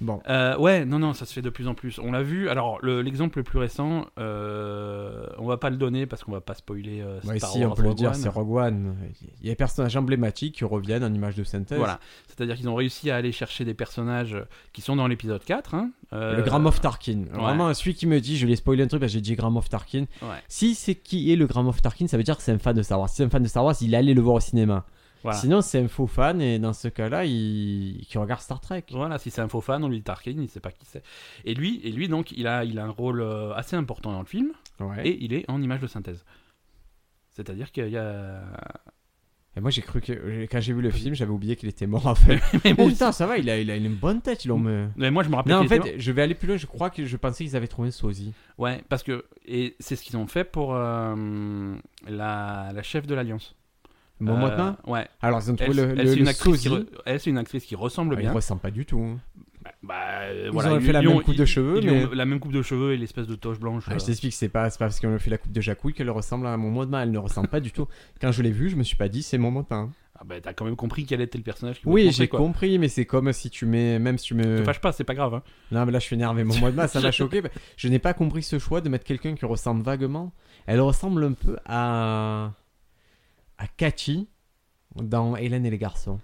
[SPEAKER 1] Bon.
[SPEAKER 2] Euh, ouais, non, non, ça se fait de plus en plus. On l'a vu. Alors, le- l'exemple le, plus récent, euh, on va pas le donner parce qu'on va pas spoiler. euh,
[SPEAKER 1] Bon,
[SPEAKER 2] Star
[SPEAKER 1] ici, on
[SPEAKER 2] Wars
[SPEAKER 1] peut le
[SPEAKER 2] Rogue
[SPEAKER 1] dire,
[SPEAKER 2] One.
[SPEAKER 1] c'est Rogue One. Il y a des personnages emblématiques qui reviennent en images de synthèse.
[SPEAKER 2] Voilà. C'est-à-dire qu'ils ont réussi à aller chercher des personnages euh, qui sont dans l'épisode 4. hein. Euh,
[SPEAKER 1] Le Grand Moff Tarkin. Vraiment, celui qui me dit, je lui ai spoilé un truc parce que j'ai dit Grand Moff Tarkin.
[SPEAKER 2] Ouais.
[SPEAKER 1] Si c'est qui est le Grand Moff Tarkin, ça veut dire que c'est un fan de Star Wars. Si c'est un fan de Star Wars, il allait le voir au cinéma.
[SPEAKER 2] Voilà.
[SPEAKER 1] Sinon, c'est un faux fan et dans ce cas-là, il... qui regarde Star Trek.
[SPEAKER 2] Voilà, si c'est un faux fan, on lui dit Tarkin, il sait pas qui c'est. Et lui, et lui donc, il a, il a un rôle euh, assez important dans le film
[SPEAKER 1] Ouais. Et...
[SPEAKER 2] et il est en image de synthèse. C'est-à-dire qu'il y a.
[SPEAKER 1] moi, j'ai cru que quand j'ai vu le film, j'avais oublié qu'il était mort en fait.
[SPEAKER 2] Mais
[SPEAKER 1] Oh,
[SPEAKER 2] moi,
[SPEAKER 1] putain, ça va, il a, il a une bonne tête, ils l'ont. me-
[SPEAKER 2] mais moi, je me rappelle.
[SPEAKER 1] Non, en
[SPEAKER 2] qu'il était
[SPEAKER 1] fait, je vais aller plus loin. Je crois que je pensais qu'ils avaient trouvé un sosie.
[SPEAKER 2] mort. Ouais, parce que. Et c'est ce qu'ils ont fait pour euh, la, la chef de l'Alliance.
[SPEAKER 1] Mon
[SPEAKER 2] Euh,
[SPEAKER 1] mot de main
[SPEAKER 2] Ouais.
[SPEAKER 1] Alors, ils ont
[SPEAKER 2] Elle,
[SPEAKER 1] trouvé le,
[SPEAKER 2] elle,
[SPEAKER 1] le-
[SPEAKER 2] c'est
[SPEAKER 1] le
[SPEAKER 2] une actrice
[SPEAKER 1] sosie.
[SPEAKER 2] qui re- elle, c'est une actrice qui ressemble
[SPEAKER 1] Ah, il
[SPEAKER 2] bien.
[SPEAKER 1] ressemble pas du tout. hein.
[SPEAKER 2] Bah, euh,
[SPEAKER 1] Ils
[SPEAKER 2] voilà,
[SPEAKER 1] auraient
[SPEAKER 2] ils
[SPEAKER 1] fait la
[SPEAKER 2] lui
[SPEAKER 1] même
[SPEAKER 2] ont-
[SPEAKER 1] coupe de
[SPEAKER 2] ils-
[SPEAKER 1] cheveux,
[SPEAKER 2] ils lui
[SPEAKER 1] mais-
[SPEAKER 2] ont la même coupe de cheveux et l'espèce de toche blanche.
[SPEAKER 1] Ah,
[SPEAKER 2] euh.
[SPEAKER 1] je t'explique, c'est pas, c'est pas parce qu'on a fait la coupe de Jacouille qu'elle ressemble à mon mot de main. Elle ne ressemble pas du tout. Quand je l'ai vu, je me suis pas dit c'est mon mot de main.
[SPEAKER 2] Ah bah, t'as quand même compris quel était le personnage. Qui
[SPEAKER 1] Oui,
[SPEAKER 2] voulait
[SPEAKER 1] j'ai
[SPEAKER 2] montrer, quoi.
[SPEAKER 1] compris, mais c'est comme si tu mets. Même si tu
[SPEAKER 2] Te
[SPEAKER 1] me.
[SPEAKER 2] fâche pas, c'est pas grave. hein.
[SPEAKER 1] Non, mais là je suis énervé. Mon mot de main, ça m'a choqué. Je n'ai pas compris ce choix de mettre quelqu'un qui ressemble vaguement. Elle ressemble un peu à. à Cathy dans Hélène et les garçons.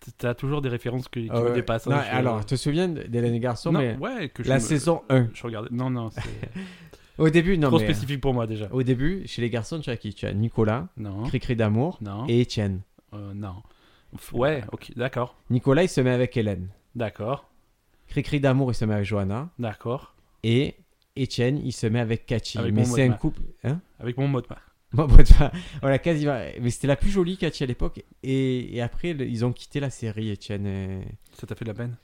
[SPEAKER 2] T- T'as toujours des références que, qui
[SPEAKER 1] Euh,
[SPEAKER 2] me dépassent. hein,
[SPEAKER 1] non,
[SPEAKER 2] je-
[SPEAKER 1] Alors, te souviens d'Hélène et les garçons,
[SPEAKER 2] Non,
[SPEAKER 1] mais.
[SPEAKER 2] ouais, que je
[SPEAKER 1] La
[SPEAKER 2] me-
[SPEAKER 1] saison 1.
[SPEAKER 2] Je regardais. Non, non, c'est
[SPEAKER 1] Au début, non,
[SPEAKER 2] trop
[SPEAKER 1] mais. euh,
[SPEAKER 2] spécifique pour moi déjà.
[SPEAKER 1] Au début, chez les garçons, tu as qui Tu as Nicolas,
[SPEAKER 2] Non,
[SPEAKER 1] Cricri d'amour
[SPEAKER 2] non,
[SPEAKER 1] et Étienne.
[SPEAKER 2] euh, non. F- Ouais, ok, d'accord,
[SPEAKER 1] Nicolas, il se met avec Hélène.
[SPEAKER 2] d'accord,
[SPEAKER 1] Cricri d'amour, il se met avec Johanna.
[SPEAKER 2] d'accord.
[SPEAKER 1] Et Étienne, il se met avec Cathy.
[SPEAKER 2] Avec
[SPEAKER 1] mais
[SPEAKER 2] mon mot
[SPEAKER 1] c'est
[SPEAKER 2] de
[SPEAKER 1] un
[SPEAKER 2] main.
[SPEAKER 1] couple. Hein
[SPEAKER 2] Avec mon mot de passe.
[SPEAKER 1] Bon, bon, enfin, voilà, quasi. Mais c'était la plus jolie Cathy à l'époque. Et, et après, le- ils ont quitté la série, Étienne. Et...
[SPEAKER 2] Ça t'a fait de la peine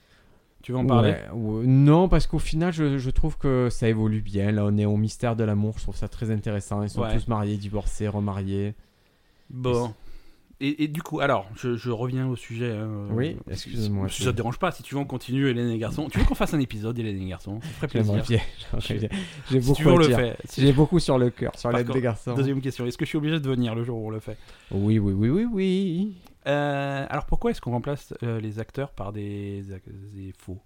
[SPEAKER 2] Tu veux en parler
[SPEAKER 1] Ouais, ouais. Non, parce qu'au final, je, je trouve que ça évolue bien. Là, on est au mystère de l'amour. Je trouve ça très intéressant. Ils sont
[SPEAKER 2] Ouais.
[SPEAKER 1] tous mariés, divorcés, remariés.
[SPEAKER 2] Bon. Et, et du coup, alors, je, je reviens au sujet. hein,
[SPEAKER 1] Oui,
[SPEAKER 2] euh,
[SPEAKER 1] excuse-moi,
[SPEAKER 2] Si
[SPEAKER 1] c'est-
[SPEAKER 2] ça te dérange pas, si tu veux, on continue, Hélène et Garçon. Tu veux qu'on fasse un épisode, Hélène et Garçon Ça ferait plaisir.
[SPEAKER 1] J'aimerais bien. j'aimerais bien. J'ai
[SPEAKER 2] Si tu
[SPEAKER 1] beaucoup
[SPEAKER 2] veux, on
[SPEAKER 1] à
[SPEAKER 2] le
[SPEAKER 1] dire.
[SPEAKER 2] fait. Si-
[SPEAKER 1] J'ai beaucoup sur le cœur, sur
[SPEAKER 2] Par
[SPEAKER 1] l'aide des
[SPEAKER 2] contre,
[SPEAKER 1] garçons.
[SPEAKER 2] Deuxième question, est-ce que je suis obligé de venir le jour où on le fait
[SPEAKER 1] Oui, oui, oui, oui, oui.
[SPEAKER 2] Euh, Alors pourquoi est-ce qu'on remplace euh, les acteurs par des, ac- des faux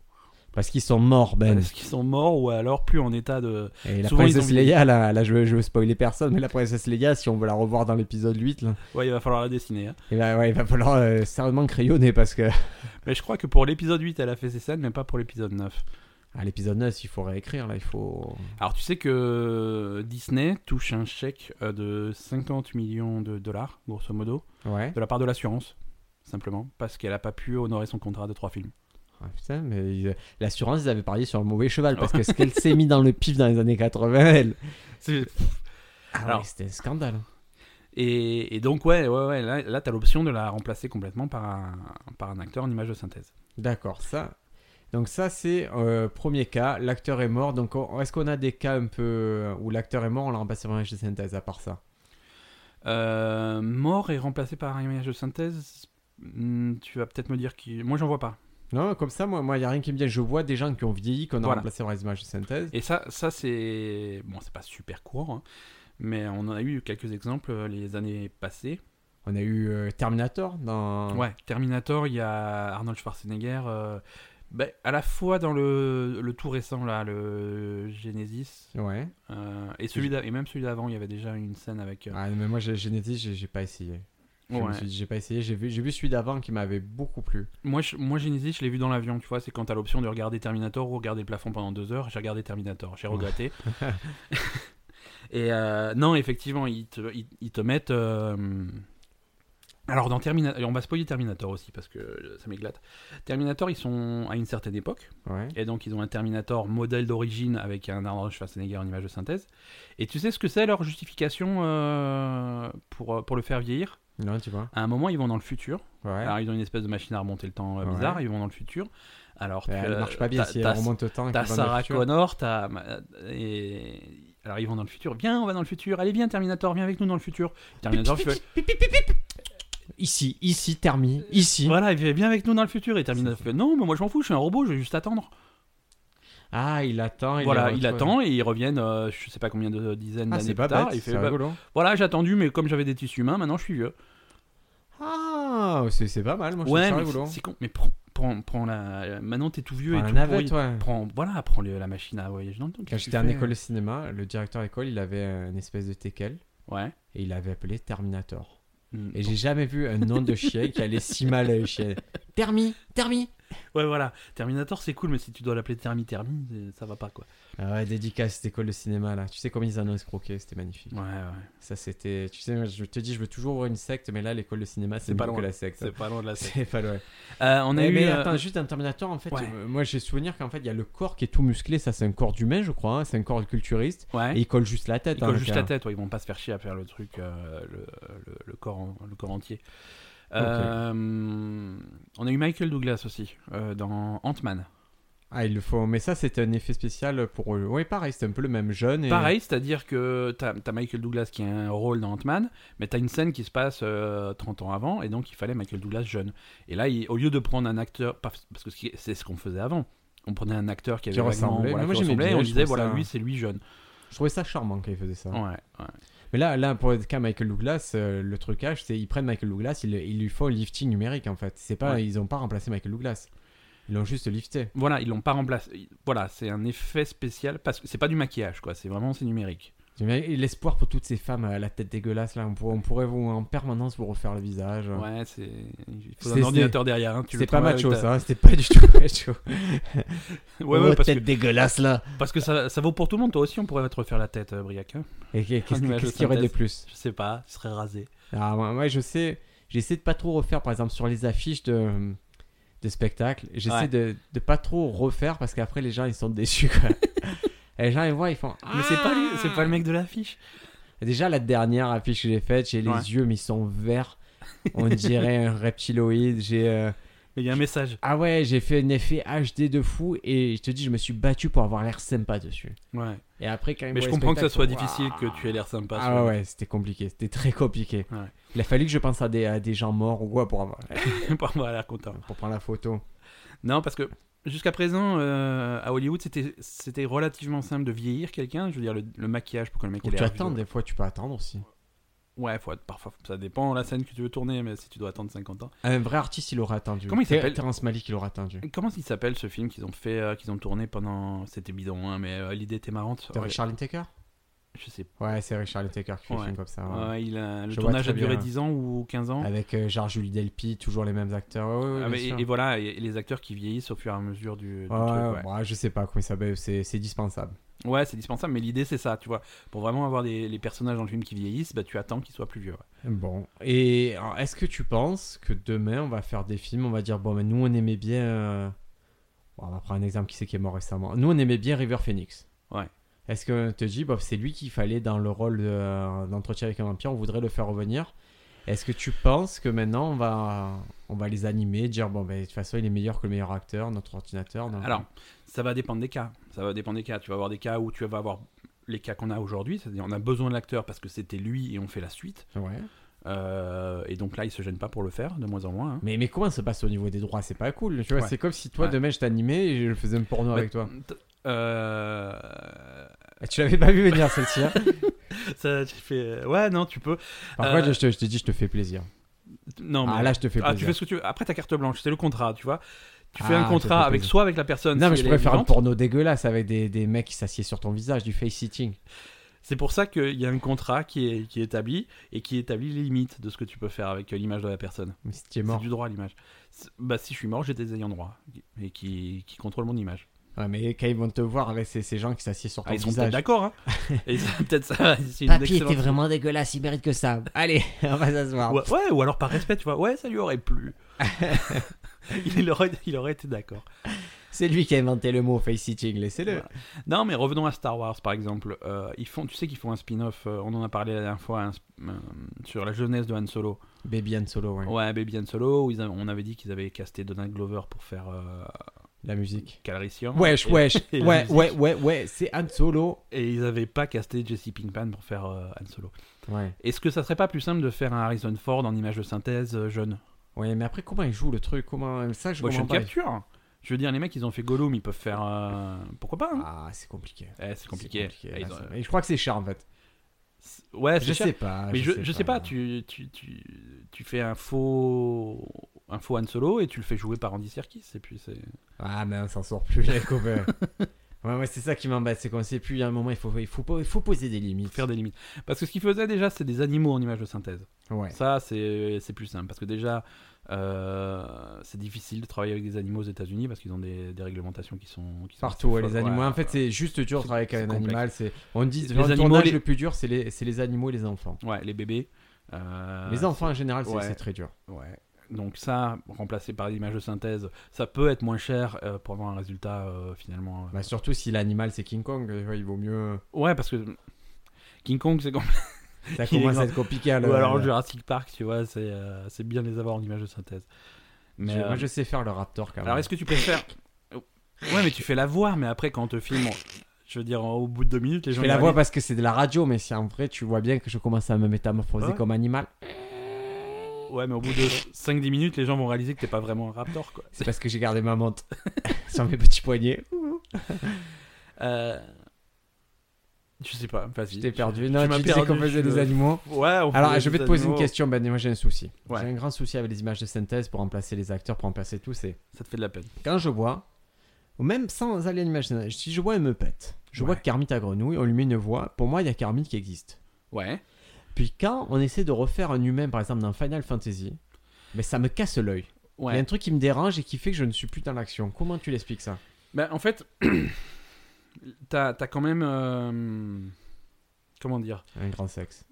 [SPEAKER 1] Parce qu'ils sont morts, Ben.
[SPEAKER 2] Est-ce qu'ils sont morts ou alors plus en état de.
[SPEAKER 1] Et la
[SPEAKER 2] Souvent,
[SPEAKER 1] princesse
[SPEAKER 2] ils ont-
[SPEAKER 1] Leia, là, là je, veux, je veux spoiler personne, mais la princesse Leia, si on veut la revoir dans l'épisode 8, là,
[SPEAKER 2] Ouais, il va falloir la dessiner. hein.
[SPEAKER 1] eh ben, ouais, il va falloir euh, sérieusement crayonner parce que
[SPEAKER 2] Mais je crois que pour l'épisode 8, elle a fait ses scènes, mais pas pour l'épisode 9.
[SPEAKER 1] à l'épisode 9, il faut réécrire, là, il faut.
[SPEAKER 2] Alors tu sais que Disney touche un chèque euh, de 50 millions de dollars, grosso modo,
[SPEAKER 1] Ouais.
[SPEAKER 2] de la part de l'assurance, simplement, parce qu'elle a pas pu honorer son contrat de trois films.
[SPEAKER 1] Ah, putain, mais ils- l'assurance, ils avaient parié sur le mauvais cheval parce que ce qu'elle s'est mis dans le pif dans les années 80, elle.
[SPEAKER 2] C'est-
[SPEAKER 1] Ah,
[SPEAKER 2] Alors-
[SPEAKER 1] ouais, c'était un scandale.
[SPEAKER 2] Et, et donc ouais, ouais, ouais là, là t'as l'option de la remplacer complètement par un, par un acteur en image de synthèse.
[SPEAKER 1] D'accord, ça. Donc ça c'est euh, premier cas, l'acteur est mort. Donc on- est-ce qu'on a des cas un peu euh, où l'acteur est mort, on l'a remplacé par un de synthèse à part ça
[SPEAKER 2] Euh, mort et remplacé par un image de synthèse, hmm, tu vas peut-être me dire qui... Moi j'en vois pas.
[SPEAKER 1] Non, comme ça, moi, il moi, n'y a rien qui me vient. Je vois des gens qui ont vieilli, qu'on a
[SPEAKER 2] Voilà.
[SPEAKER 1] remplacé par des images de synthèse.
[SPEAKER 2] Et ça, ça c'est. Bon, c'est pas super court, hein, mais on en a eu quelques exemples euh, les années passées.
[SPEAKER 1] On a eu euh, Terminator dans...
[SPEAKER 2] Ouais, Terminator, il y a Arnold Schwarzenegger. euh, ben, à la fois dans le, le tout récent, là, le Genesis,
[SPEAKER 1] Ouais.
[SPEAKER 2] euh, et, celui d'a- et même celui d'avant, il y avait déjà une scène avec. euh,
[SPEAKER 1] Ah, mais moi, j'ai- Genesis, j'ai j'ai pas essayé. Je me
[SPEAKER 2] ouais.
[SPEAKER 1] suis dit, j'ai pas essayé. J'ai vu, j'ai vu celui d'avant qui m'avait beaucoup plu.
[SPEAKER 2] Moi, je- moi, Genesis, je l'ai vu dans l'avion, tu vois. C'est quand t'as l'option de regarder Terminator ou regarder le plafond pendant deux heures. J'ai regardé Terminator, j'ai regretté. Et euh, non, effectivement, ils te, ils, ils te mettent. euh, Alors, dans Terminator, on va spoiler Terminator aussi parce que euh, ça m'éclate. Terminator, ils sont à une certaine époque.
[SPEAKER 1] Ouais.
[SPEAKER 2] Et donc, ils ont un Terminator modèle d'origine avec un Arnold Schwarzenegger en image de synthèse. Et tu sais ce que c'est leur justification euh, pour, euh, pour le faire vieillir
[SPEAKER 1] Non, tu vois.
[SPEAKER 2] À un moment, ils vont dans le futur.
[SPEAKER 1] Ouais.
[SPEAKER 2] Alors, ils ont une espèce de machine à remonter le temps euh,
[SPEAKER 1] Ouais.
[SPEAKER 2] bizarre, ils vont dans le futur. Alors,
[SPEAKER 1] Euh,
[SPEAKER 2] que,
[SPEAKER 1] elle marche pas bien
[SPEAKER 2] t'as-
[SPEAKER 1] si elle
[SPEAKER 2] t'as-
[SPEAKER 1] remonte le temps. et
[SPEAKER 2] T'as
[SPEAKER 1] qu'elle va dans le
[SPEAKER 2] Sarah
[SPEAKER 1] futur.
[SPEAKER 2] Connor, t'as. ma- Et... Alors, ils vont dans le futur. Viens, on va dans le futur. Allez, viens, Terminator, viens avec nous dans le futur. Terminator, tu fais,
[SPEAKER 1] Ici, ici, Termi, ici.
[SPEAKER 2] Voilà, il fait, viens avec nous dans le futur. Et Terminator fait Non, mais moi, je m'en fous, je suis un robot, je vais juste attendre.
[SPEAKER 1] Ah, il attend. Il
[SPEAKER 2] voilà,
[SPEAKER 1] les
[SPEAKER 2] il
[SPEAKER 1] retrouve.
[SPEAKER 2] attend et ils reviennent, euh, je sais pas combien de dizaines
[SPEAKER 1] Ah,
[SPEAKER 2] d'années
[SPEAKER 1] c'est
[SPEAKER 2] plus
[SPEAKER 1] pas
[SPEAKER 2] tard.
[SPEAKER 1] bête,
[SPEAKER 2] il fait
[SPEAKER 1] c'est
[SPEAKER 2] bah,
[SPEAKER 1] rigolo.
[SPEAKER 2] Voilà, j'ai attendu, mais comme j'avais des tissus humains, maintenant je suis vieux.
[SPEAKER 1] Ah, c'est c'est pas mal, moi je
[SPEAKER 2] ouais,
[SPEAKER 1] trouve ça
[SPEAKER 2] mais
[SPEAKER 1] rigolo.
[SPEAKER 2] c'est con. Mais prends, prends, prends la. Maintenant t'es tout vieux
[SPEAKER 1] Prends
[SPEAKER 2] et
[SPEAKER 1] la
[SPEAKER 2] tout
[SPEAKER 1] navette,
[SPEAKER 2] pourri.
[SPEAKER 1] ouais.
[SPEAKER 2] Prends, voilà, prends le- la machine à voyager dans le temps.
[SPEAKER 1] Quand
[SPEAKER 2] qu'est-ce que
[SPEAKER 1] j'étais en
[SPEAKER 2] tu fais euh
[SPEAKER 1] école de cinéma, le directeur école, il avait une espèce de teckel
[SPEAKER 2] hein Ouais.
[SPEAKER 1] et il l'avait appelé Terminator.
[SPEAKER 2] Mm.
[SPEAKER 1] Et j'ai jamais vu un nom de chien qui allait si mal à un chien. Termi, Termi.
[SPEAKER 2] Ouais, voilà. Terminator, c'est cool, mais si tu dois l'appeler Termi Termi, c'est- ça va pas quoi.
[SPEAKER 1] Ah ouais, dédicace cette école de cinéma là. Tu sais comment ils en ont escroqué, c'était magnifique.
[SPEAKER 2] Ouais, ouais.
[SPEAKER 1] Ça c'était, tu sais, moi, je te dis, je veux toujours voir une secte, mais là l'école de cinéma
[SPEAKER 2] C'est
[SPEAKER 1] c'est
[SPEAKER 2] pas
[SPEAKER 1] pas
[SPEAKER 2] loin.
[SPEAKER 1] que la secte.
[SPEAKER 2] C'est pas loin de la scène.
[SPEAKER 1] C'est pas loin.
[SPEAKER 2] Euh, on a
[SPEAKER 1] Eh,
[SPEAKER 2] eu.
[SPEAKER 1] mais
[SPEAKER 2] euh,
[SPEAKER 1] attends, juste un Terminator, en fait,
[SPEAKER 2] ouais.
[SPEAKER 1] euh, moi j'ai souvenir qu'en fait il y a le corps qui est tout musclé, ça c'est un corps d'humain, je crois, hein, c'est un corps de culturiste,
[SPEAKER 2] Ouais.
[SPEAKER 1] et il colle juste la tête.
[SPEAKER 2] Ils
[SPEAKER 1] hein,
[SPEAKER 2] collent
[SPEAKER 1] le
[SPEAKER 2] juste
[SPEAKER 1] gars.
[SPEAKER 2] la tête, ouais, ils vont pas se faire chier à faire le truc, euh, le, le- le corps, en- le corps entier. Euh, on a eu Michael Douglas aussi euh, dans Ant-Man.
[SPEAKER 1] Ah, il le faut. Mais ça, c'était un effet spécial pour eux. Ouais, pareil, c'était un peu le même jeune. Et...
[SPEAKER 2] Pareil, c'est-à-dire que t'as as Michael Douglas qui a un rôle dans Ant-Man, mais t'as une scène qui se passe euh, 30 ans avant, et donc il fallait Michael Douglas jeune. Et là, il- au lieu de prendre un acteur, parce parce que ce qui- c'est ce qu'on faisait avant, on prenait un acteur qui avait
[SPEAKER 1] Qui ressemblait.
[SPEAKER 2] vaguement- voilà,
[SPEAKER 1] Mais moi,
[SPEAKER 2] qui
[SPEAKER 1] j'aimais
[SPEAKER 2] ressemblait,
[SPEAKER 1] bien,
[SPEAKER 2] et on
[SPEAKER 1] je
[SPEAKER 2] disait
[SPEAKER 1] trouve
[SPEAKER 2] voilà,
[SPEAKER 1] ça-
[SPEAKER 2] lui c'est lui jeune.
[SPEAKER 1] Je trouvais ça charmant quand ils faisaient ça.
[SPEAKER 2] Ouais, ouais.
[SPEAKER 1] Mais là, là, pour le cas Michael Douglas, euh, le trucage, c'est ils prennent Michael Douglas, ils, ils lui font un lifting numérique en fait. C'est pas,
[SPEAKER 2] Ouais.
[SPEAKER 1] ils ont pas remplacé Michael Douglas. Ils l'ont juste lifté.
[SPEAKER 2] Voilà, ils l'ont pas remplacé. Voilà, c'est un effet spécial parce que c'est pas du maquillage quoi, c'est vraiment c'est numérique.
[SPEAKER 1] J'aime bien- et L'espoir pour toutes ces femmes à la tête dégueulasse là, on, pour- on pourrait vous en permanence vous refaire le visage.
[SPEAKER 2] Ouais, c'est. Il faut
[SPEAKER 1] C'est-
[SPEAKER 2] un ordinateur derrière. Hein. tu le
[SPEAKER 1] C'est pas
[SPEAKER 2] travailles
[SPEAKER 1] macho
[SPEAKER 2] avec ta-
[SPEAKER 1] ça, hein, c'était pas du tout macho.
[SPEAKER 2] Ouais, ouais,
[SPEAKER 1] oh,
[SPEAKER 2] parce,
[SPEAKER 1] tête
[SPEAKER 2] que,
[SPEAKER 1] dégueulasse là.
[SPEAKER 2] parce que ça, ça vaut pour tout le monde. Toi aussi, on pourrait te refaire la tête, euh, Briac. hein.
[SPEAKER 1] Et qu'est- qu'est-ce
[SPEAKER 2] image de
[SPEAKER 1] qu'est-ce qu'il y aurait de
[SPEAKER 2] synthèse.
[SPEAKER 1] plus
[SPEAKER 2] Je sais pas, tu serais rasé.
[SPEAKER 1] Ah, moi, moi, je sais, j'essaie de pas trop refaire, par exemple, sur les affiches de, de spectacles, j'essaie
[SPEAKER 2] Ouais.
[SPEAKER 1] de, de pas trop refaire parce qu'après, les gens, ils sont déçus. quoi. Et les gens, ils voient, ils font.
[SPEAKER 2] Mais c'est pas lui, c'est pas le
[SPEAKER 1] Ah
[SPEAKER 2] mec de l'affiche.
[SPEAKER 1] Déjà, la dernière affiche que j'ai faite, j'ai les
[SPEAKER 2] Ouais.
[SPEAKER 1] yeux, mais ils sont verts. On dirait un reptiloïde. J'ai. euh,
[SPEAKER 2] Mais il y a un message.
[SPEAKER 1] Ah ouais, j'ai fait un effet HD de fou et je te dis, je me suis battu pour avoir l'air sympa dessus.
[SPEAKER 2] Ouais.
[SPEAKER 1] Et après, quand ils voient
[SPEAKER 2] Mais je
[SPEAKER 1] les
[SPEAKER 2] comprends que ça soit
[SPEAKER 1] spectacles, ils font,
[SPEAKER 2] difficile, que
[SPEAKER 1] Waouh.
[SPEAKER 2] tu aies l'air sympa. sur
[SPEAKER 1] Ah
[SPEAKER 2] le-
[SPEAKER 1] ouais, ouais, c'était compliqué, c'était très compliqué.
[SPEAKER 2] Ouais.
[SPEAKER 1] Il a fallu que je pense à des, à des gens morts ou quoi pour avoir.
[SPEAKER 2] pour avoir l'air content.
[SPEAKER 1] pour prendre la photo.
[SPEAKER 2] Non, parce que jusqu'à présent, euh, à Hollywood, c'était c'était relativement simple de vieillir quelqu'un. Je veux dire, le, le maquillage pour que le mec
[SPEAKER 1] Ou
[SPEAKER 2] ait
[SPEAKER 1] tu
[SPEAKER 2] l'air
[SPEAKER 1] attends,
[SPEAKER 2] vieux.
[SPEAKER 1] des fois tu peux attendre aussi.
[SPEAKER 2] Ouais, faut être parfois. Ça dépend la scène que tu veux tourner, mais si tu dois attendre 50 ans.
[SPEAKER 1] Un vrai artiste, il aurait attendu.
[SPEAKER 2] Comment il
[SPEAKER 1] Ter-
[SPEAKER 2] s'appelle
[SPEAKER 1] Terrence Malick, il aurait attendu.
[SPEAKER 2] Comment il s'appelle ce film qu'ils ont fait, euh, qu'ils ont tourné pendant. C'était bidon, hein, mais euh, l'idée était marrante.
[SPEAKER 1] T'as
[SPEAKER 2] Ouais,
[SPEAKER 1] Charlie Taker
[SPEAKER 2] je sais
[SPEAKER 1] Ouais, c'est vrai, Charlie Taker qui fait
[SPEAKER 2] Ouais.
[SPEAKER 1] des films comme ça.
[SPEAKER 2] pas.
[SPEAKER 1] ouais.
[SPEAKER 2] Ouais, il a- le
[SPEAKER 1] Ah. Je vois
[SPEAKER 2] tournage
[SPEAKER 1] très
[SPEAKER 2] a duré
[SPEAKER 1] bien.
[SPEAKER 2] 10 ans ou 15 ans.
[SPEAKER 1] Avec euh, genre Julie Delpy, toujours les mêmes acteurs. Ouais, ouais, ouais,
[SPEAKER 2] Ah, mais-
[SPEAKER 1] bien
[SPEAKER 2] et,
[SPEAKER 1] sûr.
[SPEAKER 2] et voilà, et, et les acteurs qui vieillissent au fur et à mesure
[SPEAKER 1] Ouais,
[SPEAKER 2] du, du truc. ouais.
[SPEAKER 1] ouais, je sais pas comment il s'appelle, c'est c'est dispensable.
[SPEAKER 2] Ouais, c'est dispensable, mais l'idée c'est ça, tu vois. Pour vraiment avoir des, les personnages dans le film qui vieillissent, bah, tu attends qu'ils soient plus vieux. ouais.
[SPEAKER 1] Bon, et alors, est-ce que tu penses que demain on va faire des films, on va dire bon, mais nous on aimait bien. euh, bon, on va prendre un exemple qui c'est qui est mort récemment. Nous on aimait bien River Phoenix.
[SPEAKER 2] Ouais.
[SPEAKER 1] Est-ce que tu te dis, bah, c'est lui qu'il fallait dans le rôle de, euh, d'entretien avec un vampire, on voudrait le faire revenir Est-ce que tu penses que maintenant on va, on va les animer, dire bon, ben de toute façon il est meilleur que le meilleur acteur, notre ordinateur donc-
[SPEAKER 2] Alors, ça va dépendre des cas. Ça va dépendre des cas. Tu vas avoir des cas où tu vas avoir les cas qu'on a aujourd'hui, c'est-à-dire on a besoin de l'acteur parce que c'était lui et on fait la suite.
[SPEAKER 1] Ouais.
[SPEAKER 2] Euh, et donc là, il se gêne pas pour le faire, de moins en moins. hein.
[SPEAKER 1] Mais, mais comment ça se passe au niveau des droits C'est pas cool. Tu vois,
[SPEAKER 2] Ouais.
[SPEAKER 1] c'est comme si toi,
[SPEAKER 2] Ouais.
[SPEAKER 1] demain, je t'animais et je faisais un porno
[SPEAKER 2] Bah,
[SPEAKER 1] avec toi.
[SPEAKER 2] t- euh,
[SPEAKER 1] Ah, Tu l'avais pas vu venir celle-ci. hein.
[SPEAKER 2] ça, j'ai fait. Ouais, non, tu peux.
[SPEAKER 1] Par
[SPEAKER 2] Euh,
[SPEAKER 1] contre, je te, je te dis, je te fais plaisir.
[SPEAKER 2] Non, mais.
[SPEAKER 1] Ah là, je te fais
[SPEAKER 2] Ah,
[SPEAKER 1] plaisir.
[SPEAKER 2] tu fais ce que tu veux. Après ta carte blanche, c'est le contrat, tu vois. Tu fais
[SPEAKER 1] Ah,
[SPEAKER 2] un
[SPEAKER 1] ça
[SPEAKER 2] contrat
[SPEAKER 1] fait
[SPEAKER 2] avec
[SPEAKER 1] plaisir.
[SPEAKER 2] soit avec la personne.
[SPEAKER 1] Non, mais
[SPEAKER 2] si
[SPEAKER 1] je
[SPEAKER 2] elle est
[SPEAKER 1] préfère un
[SPEAKER 2] vivante.
[SPEAKER 1] porno dégueulasse avec des, des mecs qui s'assiedent sur ton visage, du face-sitting.
[SPEAKER 2] C'est pour ça qu'il y a un contrat qui est, qui est établi et qui établit les limites de ce que tu peux faire avec euh, l'image de la personne.
[SPEAKER 1] Mais si tu es
[SPEAKER 2] C'est
[SPEAKER 1] mort.
[SPEAKER 2] du droit à l'image. C'est- Bah, si je suis mort, j'ai des ayants droit et qui, qui contrôlent mon image.
[SPEAKER 1] Ouais, mais quand ils vont te voir avec ces, ces gens qui s'assiedent sur ton
[SPEAKER 2] Ah, ils sont peut-être
[SPEAKER 1] visage.
[SPEAKER 2] d'accord, hein. et c'est peut-être ça. c'est une
[SPEAKER 1] Papy
[SPEAKER 2] excellente-
[SPEAKER 1] était vraiment dégueulasse, il mérite que ça. Allez, on va s'asseoir.
[SPEAKER 2] Ouais, ouais, ou alors par respect, tu vois. Ouais, ça lui aurait plu. il, aurait, il aurait été d'accord.
[SPEAKER 1] C'est lui qui a inventé le mot face-sitting, laissez-le.
[SPEAKER 2] Voilà. Non, mais revenons à Star Wars, par exemple. Euh, ils font, tu sais qu'ils font un spin-off. euh, on en a parlé la dernière fois un sp- euh, sur la jeunesse de Han Solo.
[SPEAKER 1] Baby Han Solo, ouais.
[SPEAKER 2] Ouais, Baby and Solo, où ils avaient- on avait dit qu'ils avaient casté Donald Glover pour faire euh,
[SPEAKER 1] La musique.
[SPEAKER 2] Calrissian.
[SPEAKER 1] Wesh,
[SPEAKER 2] Et-
[SPEAKER 1] wesh.
[SPEAKER 2] et la
[SPEAKER 1] ouais,
[SPEAKER 2] musique.
[SPEAKER 1] ouais, ouais, ouais. C'est Han Solo.
[SPEAKER 2] Et ils n'avaient pas casté Jesse Pinkman pour faire euh, Han Solo.
[SPEAKER 1] Ouais.
[SPEAKER 2] Est-ce que ça serait pas plus simple de faire un Harrison Ford en image de synthèse euh, jeune
[SPEAKER 1] Ouais, mais après, comment il joue le truc Comment ça, je
[SPEAKER 2] Motion
[SPEAKER 1] comprends pas.
[SPEAKER 2] capture Je veux dire, les mecs, ils ont fait Gollum, ils peuvent faire. euh, Pourquoi pas hein
[SPEAKER 1] Ah, c'est compliqué.
[SPEAKER 2] Eh, C'est compliqué.
[SPEAKER 1] C'est
[SPEAKER 2] Eh, ils
[SPEAKER 1] là,
[SPEAKER 2] ont-
[SPEAKER 1] c'est- Et je crois que c'est cher en fait.
[SPEAKER 2] c'est- Ouais, c'est
[SPEAKER 1] Je
[SPEAKER 2] cher.
[SPEAKER 1] sais pas.
[SPEAKER 2] Mais je, je Ah, sais pas, tu, tu, tu, tu fais un faux, un faux Han Solo et tu le fais jouer par Andy Serkis. Et puis c'est.
[SPEAKER 1] Ah, mais on s'en sort plus, les copains. ouais, ouais, c'est ça qui m'embête. C'est qu'on sait plus. Il y a un moment, il faut, il faut, pas- il faut poser des limites.
[SPEAKER 2] faire des limites. Parce que ce qu'ils faisaient déjà, c'est des animaux en image de synthèse.
[SPEAKER 1] Ouais.
[SPEAKER 2] Ça, c'est c'est plus simple. Parce que déjà, euh, c'est difficile de travailler avec des animaux aux États-Unis parce qu'ils ont des, des réglementations qui sont. Qui sont
[SPEAKER 1] Partout,
[SPEAKER 2] assez
[SPEAKER 1] ouais, les
[SPEAKER 2] folles.
[SPEAKER 1] animaux.
[SPEAKER 2] Ouais,
[SPEAKER 1] en fait, c'est juste dur de
[SPEAKER 2] c'est-
[SPEAKER 1] travailler
[SPEAKER 2] c'est
[SPEAKER 1] avec un
[SPEAKER 2] complexe.
[SPEAKER 1] animal. C'est, on dit,
[SPEAKER 2] Les
[SPEAKER 1] dans le
[SPEAKER 2] animaux,
[SPEAKER 1] tournage,
[SPEAKER 2] les-
[SPEAKER 1] le plus dur, c'est les, c'est les animaux et les enfants.
[SPEAKER 2] Ouais, les bébés. euh,
[SPEAKER 1] les enfants, en général, c'est,
[SPEAKER 2] ouais.
[SPEAKER 1] c'est très dur.
[SPEAKER 2] Ouais. Donc ça, remplacé par l'image de synthèse, ça peut être moins cher euh, pour avoir un résultat euh, finalement.
[SPEAKER 1] Bah, surtout si l'animal, c'est King Kong. euh, ouais, Il vaut mieux.
[SPEAKER 2] Ouais, parce que King Kong, c'est comme...
[SPEAKER 1] Ça
[SPEAKER 2] Il est
[SPEAKER 1] commence
[SPEAKER 2] grand.
[SPEAKER 1] à être compliqué. le-
[SPEAKER 2] Ou alors
[SPEAKER 1] le-
[SPEAKER 2] Jurassic Park, tu vois, c'est euh, c'est bien de les avoir en image de synthèse. Mais
[SPEAKER 1] je-
[SPEAKER 2] euh,
[SPEAKER 1] Moi, je sais faire le raptor quand
[SPEAKER 2] Alors,
[SPEAKER 1] même.
[SPEAKER 2] est-ce que tu préfères. Ouais, mais tu fais la voix, mais après, quand on te filme, on- je veux dire, en- au bout de deux minutes, les
[SPEAKER 1] Je
[SPEAKER 2] gens.
[SPEAKER 1] fais la
[SPEAKER 2] ils
[SPEAKER 1] voix
[SPEAKER 2] réalisent-
[SPEAKER 1] parce que c'est de la radio, mais si en vrai, tu vois bien que je commence à me métamorphoser
[SPEAKER 2] Ouais.
[SPEAKER 1] comme animal.
[SPEAKER 2] Ouais, mais au bout de 5-10 minutes, les gens vont réaliser que t'es pas vraiment un raptor, quoi.
[SPEAKER 1] C'est parce que j'ai gardé ma menthe sur mes petits poignets.
[SPEAKER 2] Euh... Je sais pas, vas-y.
[SPEAKER 1] Je t'ai perdu.
[SPEAKER 2] tu
[SPEAKER 1] Non,
[SPEAKER 2] m'as
[SPEAKER 1] tu disais
[SPEAKER 2] perdu,
[SPEAKER 1] qu'on faisait
[SPEAKER 2] je-
[SPEAKER 1] des animaux.
[SPEAKER 2] Ouais, on
[SPEAKER 1] Alors,
[SPEAKER 2] fait
[SPEAKER 1] je vais
[SPEAKER 2] des
[SPEAKER 1] te poser une
[SPEAKER 2] animaux.
[SPEAKER 1] question, Ben. Moi, j'ai un souci.
[SPEAKER 2] Ouais.
[SPEAKER 1] J'ai un grand souci avec les images de synthèse pour remplacer les acteurs, pour remplacer tout. C'est
[SPEAKER 2] Ça te fait de la peine.
[SPEAKER 1] quand je vois, ou même sans aller à l'image de synthèse, si je vois, elle me pète. Je
[SPEAKER 2] Ouais.
[SPEAKER 1] vois Kermit à grenouille, on lui met une voix. Pour moi, il y a Kermit qui existe.
[SPEAKER 2] Ouais.
[SPEAKER 1] Puis quand on essaie de refaire un humain, par exemple, dans Final Fantasy, mais ça me casse l'œil. Il y a
[SPEAKER 2] Ouais.
[SPEAKER 1] un truc qui me dérange et qui fait que je ne suis plus dans l'action. Comment tu l'expliques ça
[SPEAKER 2] Ben, en fait, t'as t'as quand même. euh, Comment dire
[SPEAKER 1] Un grand sexe.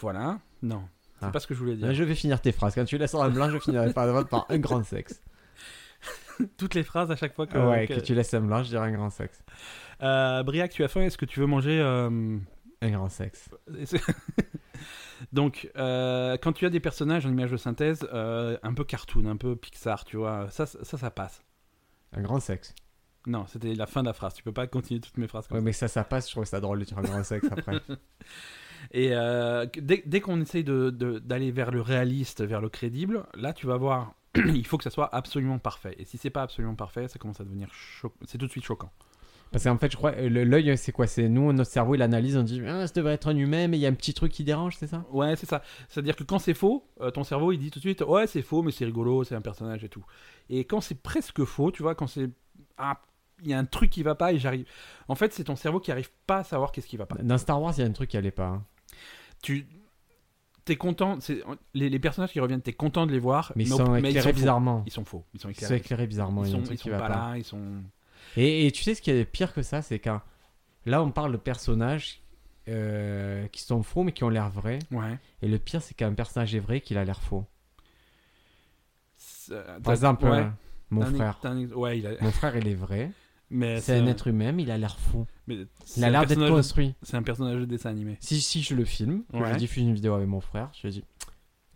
[SPEAKER 2] Voilà. Non. C'est
[SPEAKER 1] Ah.
[SPEAKER 2] pas ce que je voulais dire.
[SPEAKER 1] Je vais finir tes phrases. Quand tu laisses en blanc, je finirai par, par un grand sexe.
[SPEAKER 2] Toutes les phrases à chaque fois que.
[SPEAKER 1] Ouais,
[SPEAKER 2] que-
[SPEAKER 1] que tu laisses un blanc, je dirais un grand sexe.
[SPEAKER 2] Euh, Briac, tu as faim, est-ce que tu veux manger. euh,
[SPEAKER 1] Un grand sexe.
[SPEAKER 2] Donc, euh, quand tu as des personnages en image de synthèse, euh, un peu cartoon, un peu Pixar, tu vois, ça, ça, ça passe.
[SPEAKER 1] Un grand sexe.
[SPEAKER 2] Non, c'était la fin de la phrase. Tu peux pas continuer toutes mes phrases. Comme
[SPEAKER 1] Ouais, mais ça, ça passe, je trouve ça drôle de dire un grand sexe après.
[SPEAKER 2] ça. Et euh, que- dès, dès qu'on essaye de- de- d'aller vers le réaliste, vers le crédible, là, tu vas voir, il faut que ça soit absolument parfait. Et si c'est pas absolument parfait, ça commence à devenir cho- c'est tout de suite choquant.
[SPEAKER 1] Parce qu'en fait, je crois, euh, le- l'œil, c'est quoi C'est nous, notre cerveau, il analyse, on dit, ah, ça devrait être un humain, mais il y a un petit truc qui dérange, c'est ça
[SPEAKER 2] Ouais, c'est ça. C'est-à-dire que quand c'est faux, euh, ton cerveau il dit tout de suite ouais c'est faux mais c'est rigolo, c'est un personnage et tout. Et quand c'est presque faux, tu vois, quand c'est ah il y a un truc qui va pas et j'arrive. En fait, c'est ton cerveau qui arrive pas à savoir qu'est-ce qui va pas.
[SPEAKER 1] Dans Star Wars, il y a un truc qui allait pas. hein.
[SPEAKER 2] Tu t'es content, c'est les, les personnages qui reviennent, t'es content de les voir,
[SPEAKER 1] Mais ils
[SPEAKER 2] au-
[SPEAKER 1] sont éclairés
[SPEAKER 2] faux.
[SPEAKER 1] bizarrement.
[SPEAKER 2] Ils sont faux, ils sont
[SPEAKER 1] Ils sont
[SPEAKER 2] éclairés.
[SPEAKER 1] éclairés bizarrement.
[SPEAKER 2] Ils
[SPEAKER 1] il y a un
[SPEAKER 2] sont,
[SPEAKER 1] truc
[SPEAKER 2] ils
[SPEAKER 1] qui
[SPEAKER 2] sont
[SPEAKER 1] va
[SPEAKER 2] pas
[SPEAKER 1] pas.
[SPEAKER 2] là, ils sont.
[SPEAKER 1] Et, et tu sais ce qui est pire que ça, c'est quand là on parle de personnages euh, qui sont faux mais qui ont l'air vrais.
[SPEAKER 2] Ouais.
[SPEAKER 1] Et le pire, c'est qu'un personnage est vrai qu'il a l'air faux.
[SPEAKER 2] C'est- t'as-
[SPEAKER 1] Par exemple,
[SPEAKER 2] Bah, ouais,
[SPEAKER 1] euh, mon
[SPEAKER 2] t'as un ex-
[SPEAKER 1] frère.
[SPEAKER 2] t'as un ex- Ouais, il a-
[SPEAKER 1] Mon frère, il est vrai.
[SPEAKER 2] mais
[SPEAKER 1] C'est un être humain, mais il a l'air fou.
[SPEAKER 2] mais
[SPEAKER 1] Il
[SPEAKER 2] c'est
[SPEAKER 1] a
[SPEAKER 2] un
[SPEAKER 1] l'air d'être
[SPEAKER 2] personnage-
[SPEAKER 1] construit.
[SPEAKER 2] C'est un personnage de dessin animé.
[SPEAKER 1] Si, si je le filme, que je
[SPEAKER 2] Ouais.
[SPEAKER 1] diffuse une vidéo avec mon frère, je lui dis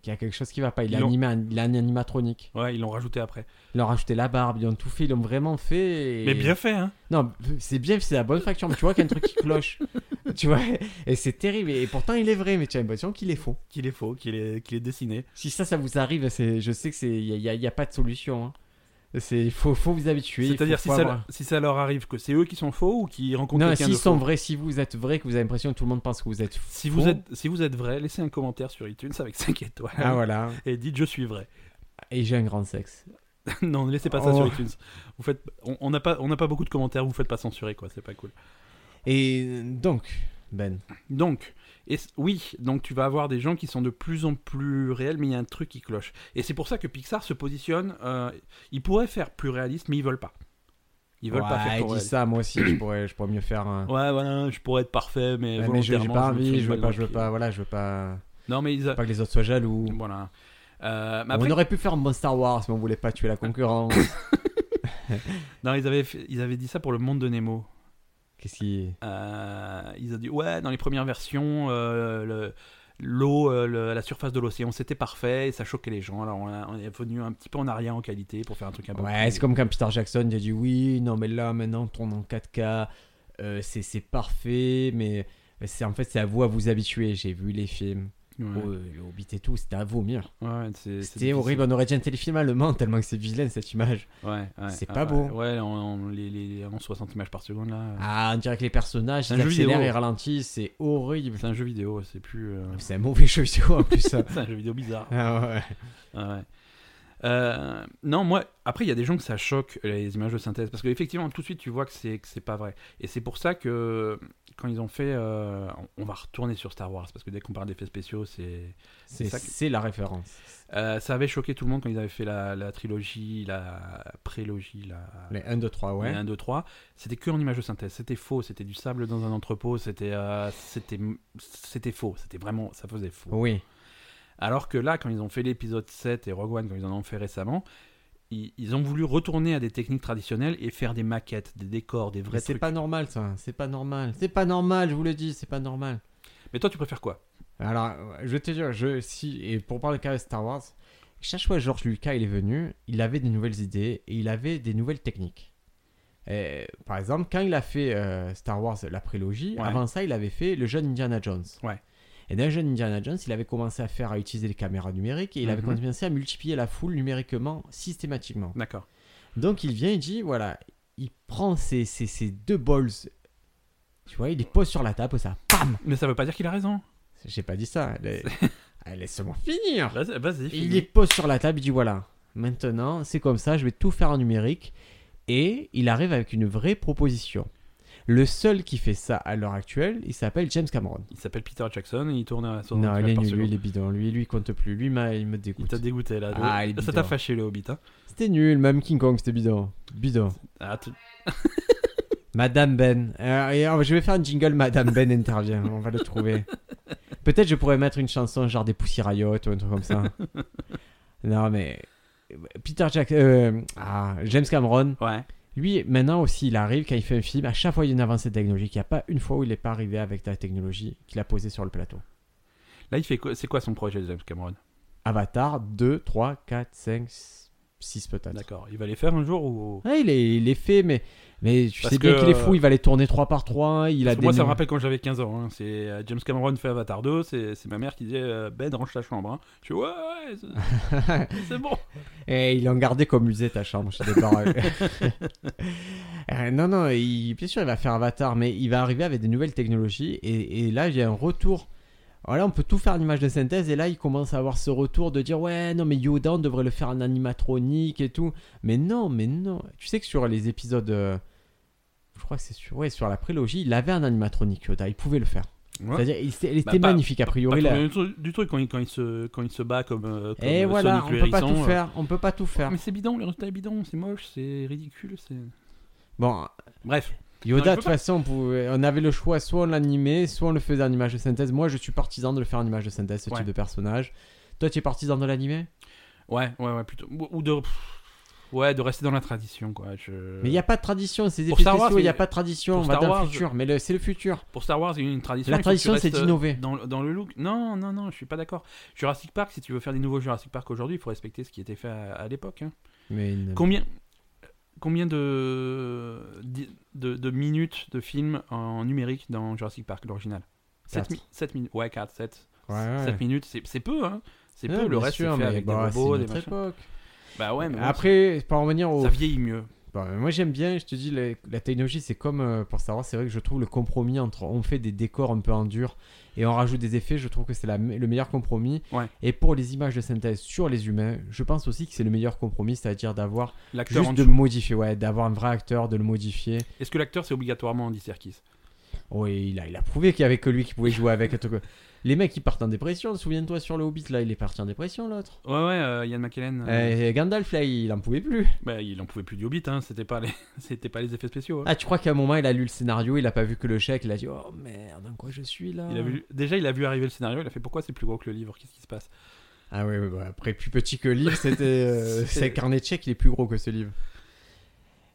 [SPEAKER 1] qu'il y a quelque chose qui va pas. Il,
[SPEAKER 2] Ils
[SPEAKER 1] a,
[SPEAKER 2] l'ont-
[SPEAKER 1] animé un, il a un animatronique.
[SPEAKER 2] Ouais, ils l'ont rajouté après.
[SPEAKER 1] Ils leur ont rajouté la barbe, ils ont tout fait, ils l'ont vraiment fait. et-
[SPEAKER 2] Mais bien fait, hein.
[SPEAKER 1] Non, c'est bien, c'est la bonne facture, mais tu vois qu'il y a un truc qui cloche. tu vois, et c'est terrible. Et pourtant, il est vrai, mais tu as l'impression qu'il est faux.
[SPEAKER 2] qu'il est faux, qu'il est, qu'il est dessiné.
[SPEAKER 1] Si ça, ça vous arrive, c'est, je sais que c'est, il n'y a, y a pas de solution. hein. C'est, il faut, faut vous habituer. il
[SPEAKER 2] C'est-à-dire
[SPEAKER 1] faut-
[SPEAKER 2] si,
[SPEAKER 1] faut
[SPEAKER 2] ça-
[SPEAKER 1] avoir-
[SPEAKER 2] si ça leur arrive que c'est eux qui sont faux ou qui rencontrent
[SPEAKER 1] Non,
[SPEAKER 2] quelqu'un de
[SPEAKER 1] s'ils sont
[SPEAKER 2] faux.
[SPEAKER 1] vrais, si vous êtes vrai, que vous avez l'impression que tout le monde pense que vous êtes faux.
[SPEAKER 2] Si vous, êtes, si vous êtes vrai, laissez un commentaire sur iTunes avec 5 étoiles
[SPEAKER 1] Ah voilà.
[SPEAKER 2] et dites je suis vrai.
[SPEAKER 1] Et j'ai un grand sexe.
[SPEAKER 2] non, ne laissez pas ça
[SPEAKER 1] Oh.
[SPEAKER 2] sur iTunes. Vous faites, on on n'a pas, on n'a pas beaucoup de commentaires, vous faites pas censurer quoi, c'est pas cool.
[SPEAKER 1] Et donc, Ben.
[SPEAKER 2] Donc, et, oui, donc tu vas avoir des gens qui sont de plus en plus réels, mais il y a un truc qui cloche. Et c'est pour ça que Pixar se positionne. euh, ils pourraient faire plus réaliste, mais ils veulent pas. Ils veulent pas
[SPEAKER 1] Ouais,
[SPEAKER 2] faire
[SPEAKER 1] il
[SPEAKER 2] trop
[SPEAKER 1] dit
[SPEAKER 2] réaliste.
[SPEAKER 1] ça, moi aussi, je pourrais, je pourrais mieux faire un.
[SPEAKER 2] Ouais, voilà, je pourrais être parfait, mais,
[SPEAKER 1] Ouais, mais je- j'ai
[SPEAKER 2] volontairement,
[SPEAKER 1] pas
[SPEAKER 2] me
[SPEAKER 1] envie,
[SPEAKER 2] tire
[SPEAKER 1] je
[SPEAKER 2] une
[SPEAKER 1] veux
[SPEAKER 2] balle
[SPEAKER 1] pas,
[SPEAKER 2] dans
[SPEAKER 1] je
[SPEAKER 2] le
[SPEAKER 1] veux
[SPEAKER 2] pied.
[SPEAKER 1] pas, voilà, je veux pas,
[SPEAKER 2] Non, mais ils, a-
[SPEAKER 1] pas que les autres soient jaloux.
[SPEAKER 2] Voilà. Euh, mais
[SPEAKER 1] On
[SPEAKER 2] après, Euh.
[SPEAKER 1] aurait pu faire un bon Star Wars, mais on voulait pas tuer la concurrence.
[SPEAKER 2] non, ils, avaient fait- ils avaient dit ça pour le monde de Nemo.
[SPEAKER 1] Qu'est-ce qui.
[SPEAKER 2] Euh, ils ont dit, ouais, dans les premières versions, euh, le- l'eau, euh, le- la surface de l'océan, c'était parfait et ça choquait les gens. Alors on, a- on est venu un petit peu en arrière en qualité pour faire un truc un peu
[SPEAKER 1] Ouais,
[SPEAKER 2] plus-
[SPEAKER 1] c'est comme quand Peter Jackson il a dit oui, non mais là maintenant on tourne en 4K, euh, c'est c'est parfait, mais euh, c'est en fait c'est à vous à vous habituer. J'ai vu les films,
[SPEAKER 2] Ouais.
[SPEAKER 1] Oh, le Hobbit et tout, c'était à vomir.
[SPEAKER 2] Ouais, c'est- c'est
[SPEAKER 1] C'était
[SPEAKER 2] difficile.
[SPEAKER 1] horrible, on aurait dit un téléfilm allemand tellement que c'est vilain cette image.
[SPEAKER 2] Ouais, ouais,
[SPEAKER 1] C'est
[SPEAKER 2] ah,
[SPEAKER 1] pas beau.
[SPEAKER 2] Ouais, en, en- les, les- en 60 images par seconde là.
[SPEAKER 1] Ah, on dirait que les personnages
[SPEAKER 2] C'est
[SPEAKER 1] ils
[SPEAKER 2] un jeu
[SPEAKER 1] accélèrent
[SPEAKER 2] vidéo.
[SPEAKER 1] et ralentissent, c'est horrible.
[SPEAKER 2] C'est un jeu vidéo, c'est plus. euh,
[SPEAKER 1] C'est un mauvais jeu vidéo en plus. ça.
[SPEAKER 2] c'est un jeu vidéo bizarre.
[SPEAKER 1] Ah ouais.
[SPEAKER 2] Ah ouais. Euh, non, moi, après, il y a des gens que ça choque, euh, les images de synthèse, parce qu'effectivement, tout de suite, tu vois que c'est que c'est pas vrai. Et c'est pour ça que quand ils ont fait. euh, on on va retourner sur Star Wars, parce que dès qu'on parle d'effets spéciaux, c'est.
[SPEAKER 1] C'est
[SPEAKER 2] ça que-
[SPEAKER 1] c'est la référence.
[SPEAKER 2] Euh, ça avait choqué tout le monde quand ils avaient fait la, la trilogie, la prélogie, la.
[SPEAKER 1] Les 1, 2, 3, ouais.
[SPEAKER 2] 1, 2, 3, c'était que en images de synthèse, c'était faux, c'était du sable dans un entrepôt, c'était euh, c'était c'était faux, c'était vraiment, ça faisait faux.
[SPEAKER 1] Oui.
[SPEAKER 2] Alors que là, quand ils ont fait l'épisode 7 et Rogue One, quand ils en ont fait récemment, ils, ils ont voulu retourner à des techniques traditionnelles et faire des maquettes, des décors, des
[SPEAKER 1] Mais
[SPEAKER 2] vrais
[SPEAKER 1] C'est
[SPEAKER 2] trucs.
[SPEAKER 1] pas normal ça, c'est pas normal. C'est pas normal, je vous le dis, c'est pas normal.
[SPEAKER 2] Mais toi, tu préfères quoi
[SPEAKER 1] Alors, ouais, je vais te dire, je, si, et pour parler carré de Star Wars, chaque fois que George Lucas il est venu, il avait des nouvelles idées et il avait des nouvelles techniques. Et, par exemple, quand il a fait euh, Star Wars, la prélogie,
[SPEAKER 2] Ouais.
[SPEAKER 1] avant ça, il avait fait le jeune Indiana Jones.
[SPEAKER 2] Ouais.
[SPEAKER 1] Et dans le jeune Indiana Jones, il avait commencé à faire, à utiliser les caméras numériques et il avait
[SPEAKER 2] Mhm.
[SPEAKER 1] commencé à multiplier la foule numériquement, systématiquement.
[SPEAKER 2] D'accord.
[SPEAKER 1] Donc il vient, il dit, voilà, il prend ses, ses- ses deux balls, tu vois, il les pose sur la table, comme ça, pam
[SPEAKER 2] Mais ça veut pas dire qu'il a raison.
[SPEAKER 1] J'ai pas dit ça, elle est- Ah, laisse-moi finir
[SPEAKER 2] Vas-y, vas-y,
[SPEAKER 1] Il
[SPEAKER 2] finis.
[SPEAKER 1] les pose sur la table, il dit, voilà, maintenant c'est comme ça, je vais tout faire en numérique, et il arrive avec une vraie proposition. Le seul qui fait ça à l'heure actuelle, il s'appelle James Cameron.
[SPEAKER 2] Il s'appelle Peter Jackson et il tourne à 60
[SPEAKER 1] Non, il
[SPEAKER 2] images
[SPEAKER 1] est nul,
[SPEAKER 2] par
[SPEAKER 1] lui,
[SPEAKER 2] seconde.
[SPEAKER 1] il est bidon, lui, lui, il compte plus, lui, m'a- il me
[SPEAKER 2] Il
[SPEAKER 1] dégoûte.
[SPEAKER 2] t'a dégoûté là.
[SPEAKER 1] Ah, il est
[SPEAKER 2] ça t'a
[SPEAKER 1] bidon.
[SPEAKER 2] fâché le Hobbit. hein.
[SPEAKER 1] C'était nul, même King Kong, c'était bidon. Bidon.
[SPEAKER 2] Ah, tu-
[SPEAKER 1] Madame Ben. Euh, et, euh, je vais faire un jingle Madame Ben intervient. On va le trouver. Peut-être je pourrais mettre une chanson genre des Pussy Riot ou un truc comme ça. non mais Peter Jack, euh, ah, James Cameron,
[SPEAKER 2] Ouais.
[SPEAKER 1] lui maintenant aussi il arrive quand il fait un film, à chaque fois il y a une avancée technologique. Il n'y a pas une fois où il n'est pas arrivé avec la technologie qu'il a posée sur le plateau.
[SPEAKER 2] Là, il fait quoi C'est quoi son projet, James Cameron
[SPEAKER 1] Avatar 2, 3, 4, 5. 6 peut-être.
[SPEAKER 2] D'accord. Il va les faire un jour ou
[SPEAKER 1] Ouais, il est, il est fait, mais, mais tu
[SPEAKER 2] Parce
[SPEAKER 1] sais bien
[SPEAKER 2] que- euh,
[SPEAKER 1] qu'il est fou, il va les tourner 3 par 3, il a
[SPEAKER 2] Parce que
[SPEAKER 1] des...
[SPEAKER 2] moi, ça me
[SPEAKER 1] noms.
[SPEAKER 2] rappelle quand j'avais 15 ans. hein. C'est euh, James Cameron fait Avatar 2. C'est c'est ma mère qui disait euh, Ben, range ta chambre. hein. Je suis ouais, ouais, c'est- c'est bon.
[SPEAKER 1] Eh, ils l'ont gardé comme musée ta chambre chez des parents. Euh, non, non, il- bien sûr, il va faire Avatar, mais il va arriver avec des nouvelles technologies. Et, et là, il y a un retour. Voilà, on peut tout faire en image de synthèse. Et là, il commence à avoir ce retour de dire Ouais, non, mais Yoda, on devrait le faire en animatronique et tout. Mais non, mais non. Tu sais que sur les épisodes. euh, je crois que c'est sur, ouais, sur la prélogie, il avait un animatronique, Yoda. Il pouvait le faire.
[SPEAKER 2] Ouais.
[SPEAKER 1] C'est-à-dire, il, était- elle
[SPEAKER 2] Bah,
[SPEAKER 1] était
[SPEAKER 2] pas-
[SPEAKER 1] magnifique, a
[SPEAKER 2] Pas
[SPEAKER 1] priori.
[SPEAKER 2] trop
[SPEAKER 1] là.
[SPEAKER 2] bien du, du truc quand il, quand, il se, quand il se bat comme, euh, comme
[SPEAKER 1] Et
[SPEAKER 2] euh,
[SPEAKER 1] voilà,
[SPEAKER 2] Sonic
[SPEAKER 1] on
[SPEAKER 2] le
[SPEAKER 1] peut pas
[SPEAKER 2] hérisson,
[SPEAKER 1] tout
[SPEAKER 2] euh.
[SPEAKER 1] faire. On peut pas tout faire.
[SPEAKER 2] Mais c'est bidon, le résultat est bidon, c'est moche, c'est ridicule. c'est...
[SPEAKER 1] Bon,
[SPEAKER 2] Bref, Non, il
[SPEAKER 1] Yoda,
[SPEAKER 2] peut
[SPEAKER 1] de toute façon, on, pouvait- on avait le choix, soit on l'animait, soit on le faisait en image de synthèse. Moi, je suis partisan de le faire en image de synthèse, ce
[SPEAKER 2] Ouais.
[SPEAKER 1] type de personnage. Toi, tu es partisan de l'animé
[SPEAKER 2] ouais, ouais, ouais, plutôt. Ou ou de. pff, ouais, de rester dans la tradition, quoi. Je...
[SPEAKER 1] Mais il n'y a pas de tradition, c'est des
[SPEAKER 2] Euh, Pour Star
[SPEAKER 1] spéciaux,
[SPEAKER 2] Wars,
[SPEAKER 1] il n'y a
[SPEAKER 2] mais-
[SPEAKER 1] pas de tradition,
[SPEAKER 2] pour
[SPEAKER 1] on va
[SPEAKER 2] Star
[SPEAKER 1] dans
[SPEAKER 2] Wars,
[SPEAKER 1] le futur, mais le- c'est le futur.
[SPEAKER 2] Pour Star Wars, il y a une tradition.
[SPEAKER 1] La
[SPEAKER 2] il faut que tu
[SPEAKER 1] tradition, c'est
[SPEAKER 2] restes euh,
[SPEAKER 1] d'innover.
[SPEAKER 2] Dans, le- dans le look. Non, non, non, je suis pas d'accord. Jurassic Park, si tu veux faire des nouveaux Jurassic Park aujourd'hui, il faut respecter ce qui était fait à, à l'époque. hein.
[SPEAKER 1] Mais une-
[SPEAKER 2] Combien, combien de, de, de minutes de film en numérique dans Jurassic Park, l'original 7,
[SPEAKER 1] Quatre.
[SPEAKER 2] minutes. Ouais, 4, 7.
[SPEAKER 1] Ouais, ouais.
[SPEAKER 2] 7 minutes, c'est c'est peu, hein. C'est
[SPEAKER 1] Ouais,
[SPEAKER 2] peu, le
[SPEAKER 1] bien
[SPEAKER 2] reste, c'est
[SPEAKER 1] sûr,
[SPEAKER 2] fait
[SPEAKER 1] mais
[SPEAKER 2] avec
[SPEAKER 1] bah,
[SPEAKER 2] des robots,
[SPEAKER 1] c'est
[SPEAKER 2] des
[SPEAKER 1] notre
[SPEAKER 2] machins.
[SPEAKER 1] époque.
[SPEAKER 2] Bah ouais, mais bon,
[SPEAKER 1] Après, oh. pour en revenir au
[SPEAKER 2] ça vieillit mieux.
[SPEAKER 1] Bon, euh, moi j'aime bien, je te dis, la, la technologie c'est comme euh, pour Star Wars, c'est vrai que je trouve le compromis entre on fait des décors un peu en dur et on rajoute des effets, je trouve que c'est la me- le meilleur compromis.
[SPEAKER 2] Ouais.
[SPEAKER 1] Et pour les images de synthèse sur les humains, je pense aussi que c'est le meilleur compromis, c'est-à-dire d'avoir
[SPEAKER 2] L'acteur en
[SPEAKER 1] juste de
[SPEAKER 2] dessous.
[SPEAKER 1] modifier, ouais, d'avoir un vrai acteur, de le modifier.
[SPEAKER 2] Est-ce que l'acteur, c'est obligatoirement Andy Serkis
[SPEAKER 1] Oui, il a, il a prouvé qu'il y avait que lui qui pouvait jouer avec. un truc. Les mecs ils partent en dépression, souviens-toi sur le Hobbit là, il est parti en dépression l'autre.
[SPEAKER 2] Ouais, ouais, euh, Ian McKellen. euh,
[SPEAKER 1] Euh, Gandalf là, il en pouvait plus.
[SPEAKER 2] bah, il en pouvait plus du Hobbit, hein. C'était pas, les... c'était pas les effets spéciaux. hein.
[SPEAKER 1] Ah, tu crois qu'à un moment il a lu le scénario, il a pas vu que le chèque, il a dit oh merde, dans quoi je suis là
[SPEAKER 2] Il a vu... Déjà, il a vu arriver le scénario, il a fait pourquoi c'est plus gros que le livre Qu'est-ce qui se passe
[SPEAKER 1] Ah oui, oui, bah, après plus petit que le livre, c'était euh,
[SPEAKER 2] C'est-
[SPEAKER 1] c'est le carnet de chèques, il est plus gros que ce livre.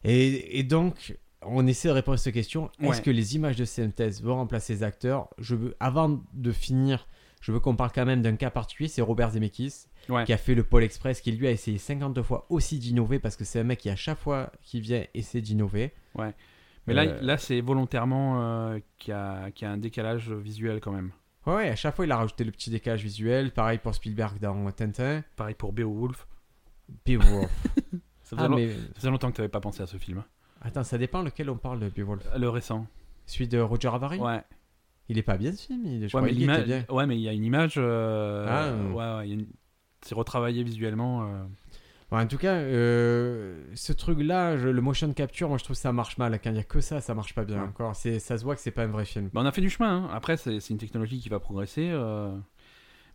[SPEAKER 1] Et, et donc, on essaie de répondre à cette question. Est-ce
[SPEAKER 2] Ouais.
[SPEAKER 1] que les images de synthèse vont remplacer les acteurs je veux, Avant de finir, je veux qu'on parle quand même d'un cas particulier, c'est Robert Zemeckis,
[SPEAKER 2] Ouais.
[SPEAKER 1] qui a fait le Pôle Express, qui lui a essayé 52 fois aussi d'innover, parce que c'est un mec qui à chaque fois qu'il vient essaie d'innover.
[SPEAKER 2] Mais là,
[SPEAKER 1] Euh,
[SPEAKER 2] là c'est volontairement euh, qu'il y, a... qu'il y a un décalage visuel quand même.
[SPEAKER 1] Ouais, ouais, à chaque fois il a rajouté le petit décalage visuel, pareil pour Spielberg dans Tintin.
[SPEAKER 2] Pareil pour Beowulf.
[SPEAKER 1] Beowulf.
[SPEAKER 2] Ça faisait,
[SPEAKER 1] ah
[SPEAKER 2] long-
[SPEAKER 1] mais
[SPEAKER 2] ça faisait longtemps que tu n'avais pas pensé à ce film.
[SPEAKER 1] attends, ça dépend lequel on parle de Beowulf.
[SPEAKER 2] Le récent.
[SPEAKER 1] Celui de Roger Avary
[SPEAKER 2] Ouais.
[SPEAKER 1] Il est pas bien ce film, il est je
[SPEAKER 2] Ouais, mais
[SPEAKER 1] croyais qu'il était
[SPEAKER 2] l'image-
[SPEAKER 1] bien.
[SPEAKER 2] ouais, mais il y a une image. euh,
[SPEAKER 1] Ah.
[SPEAKER 2] ouais, ouais, il y a une- C'est retravaillé visuellement. euh.
[SPEAKER 1] Bon, en tout cas, euh, ce truc-là, je- le motion capture, moi je trouve que ça marche mal. Quand il y a que ça, ça marche pas bien
[SPEAKER 2] Ouais.
[SPEAKER 1] encore. C'est, ça se voit que c'est pas un vrai film.
[SPEAKER 2] Bah, on a fait du chemin. hein. Après, c'est c'est une technologie qui va progresser. euh,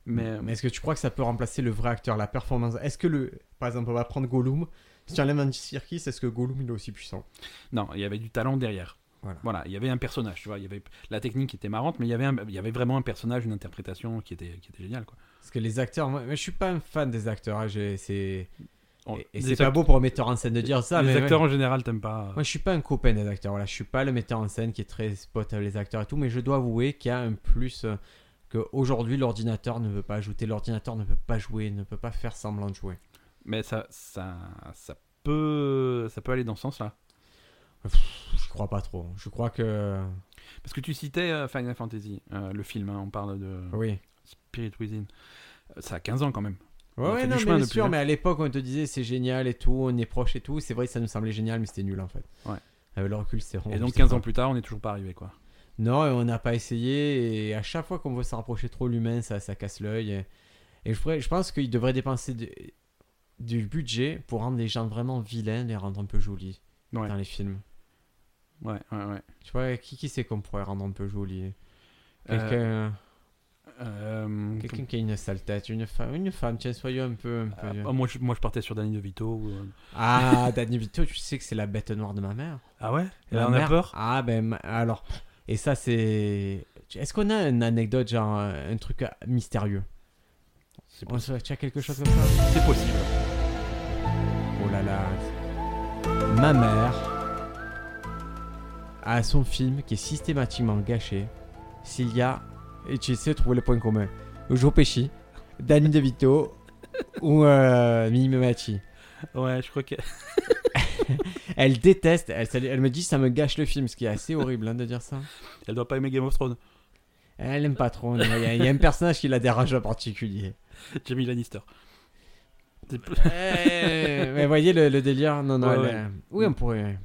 [SPEAKER 2] Mais, euh,
[SPEAKER 1] Mais est-ce que tu crois que ça peut remplacer le vrai acteur, la performance Est-ce que le, par exemple, on va prendre Gollum. Si tu enlèves un circus, est-ce que Gollum il est aussi puissant
[SPEAKER 2] non, il y avait du talent derrière.
[SPEAKER 1] Voilà.
[SPEAKER 2] il y avait un personnage, tu vois, il y avait la technique était marrante, mais il y avait, un- il y avait vraiment un personnage, une interprétation qui était, qui était géniale, quoi.
[SPEAKER 1] Parce que les acteurs, moi, moi, je suis pas un fan des acteurs. hein, j'ai- c'est,
[SPEAKER 2] On-
[SPEAKER 1] et et
[SPEAKER 2] les
[SPEAKER 1] c'est pas
[SPEAKER 2] act-
[SPEAKER 1] beau pour un metteur en scène de dire ça,
[SPEAKER 2] les
[SPEAKER 1] mais ouais.
[SPEAKER 2] acteurs en général t'aimes pas. euh.
[SPEAKER 1] Moi, je suis pas un copain des acteurs. Voilà, je suis pas le metteur en scène qui est très spot avec les acteurs et tout, mais je dois avouer qu'il y a un plus euh, que aujourd'hui l'ordinateur ne veut pas ajouter, l'ordinateur ne peut pas jouer, ne peut pas faire semblant de jouer.
[SPEAKER 2] Mais ça, ça, ça peut, ça peut aller dans ce sens-là.
[SPEAKER 1] Je crois pas trop. Je crois que
[SPEAKER 2] Parce que tu citais euh, Final Fantasy, euh, le film. hein, on parle de
[SPEAKER 1] oui.
[SPEAKER 2] Spirit Within. Euh, Ça a 15 ans quand même.
[SPEAKER 1] Ouais,
[SPEAKER 2] On a
[SPEAKER 1] ouais,
[SPEAKER 2] fait du
[SPEAKER 1] non, mais
[SPEAKER 2] chemin
[SPEAKER 1] bien
[SPEAKER 2] depuis,
[SPEAKER 1] sûr,
[SPEAKER 2] hein.
[SPEAKER 1] mais à l'époque on te disait c'est génial et tout, on est proche et tout. C'est vrai, que ça nous semblait génial, mais c'était nul en fait.
[SPEAKER 2] Ouais.
[SPEAKER 1] Avec le recul, Oh, c'est
[SPEAKER 2] Et donc 15 ans plus tard, on n'est toujours pas arrivé, quoi.
[SPEAKER 1] Non, et on n'a pas essayé. Et à chaque fois qu'on veut se rapprocher trop de l'humain, ça, ça casse l'œil. Et, et je, pourrais- je pense qu'il devrait dépenser de- du budget pour rendre les gens vraiment vilains, les rendre un peu jolis
[SPEAKER 2] Ouais.
[SPEAKER 1] dans les films.
[SPEAKER 2] Ouais, ouais, ouais.
[SPEAKER 1] Tu vois, qui, qui c'est qu'on pourrait rendre un peu joli Quelqu'un
[SPEAKER 2] Euh, euh,
[SPEAKER 1] quelqu'un qui a une sale tête, une femme, une femme tiens, soyons un peu. un peu-
[SPEAKER 2] Ah, oh, moi, je, moi, je partais sur Danny DeVito. ou, euh,
[SPEAKER 1] Ah, Danny Vito, tu sais que c'est la bête noire de ma mère.
[SPEAKER 2] Ah ouais Elle
[SPEAKER 1] Ma
[SPEAKER 2] en a
[SPEAKER 1] mère-
[SPEAKER 2] peur
[SPEAKER 1] Ah ben ma- alors. Et ça c'est. Est-ce qu'on a une anecdote genre euh, un truc euh, mystérieux
[SPEAKER 2] C'est
[SPEAKER 1] On se- Tu as quelque chose comme ça
[SPEAKER 2] C'est possible.
[SPEAKER 1] Oh là là. Ma mère a son film qui est systématiquement gâché s'il y a et tu sais trouver le point commun. Joe Pesci, Danny DeVito ou euh, Mimi Mati.
[SPEAKER 2] Ouais, je crois que.
[SPEAKER 1] Elle déteste, elle, ça- elle me dit ça me gâche le film, ce qui est assez horrible hein, de dire ça.
[SPEAKER 2] Elle doit pas aimer Game of Thrones.
[SPEAKER 1] Elle aime pas trop, non, il y, a- il y a un personnage qui la dérange en particulier.
[SPEAKER 2] Jamie Lannister. C'est plus-
[SPEAKER 1] Euh, mais voyez le, le délire Non, non,
[SPEAKER 2] Eh. Ouais,
[SPEAKER 1] elle,
[SPEAKER 2] ouais.
[SPEAKER 1] euh, oui, on pourrait.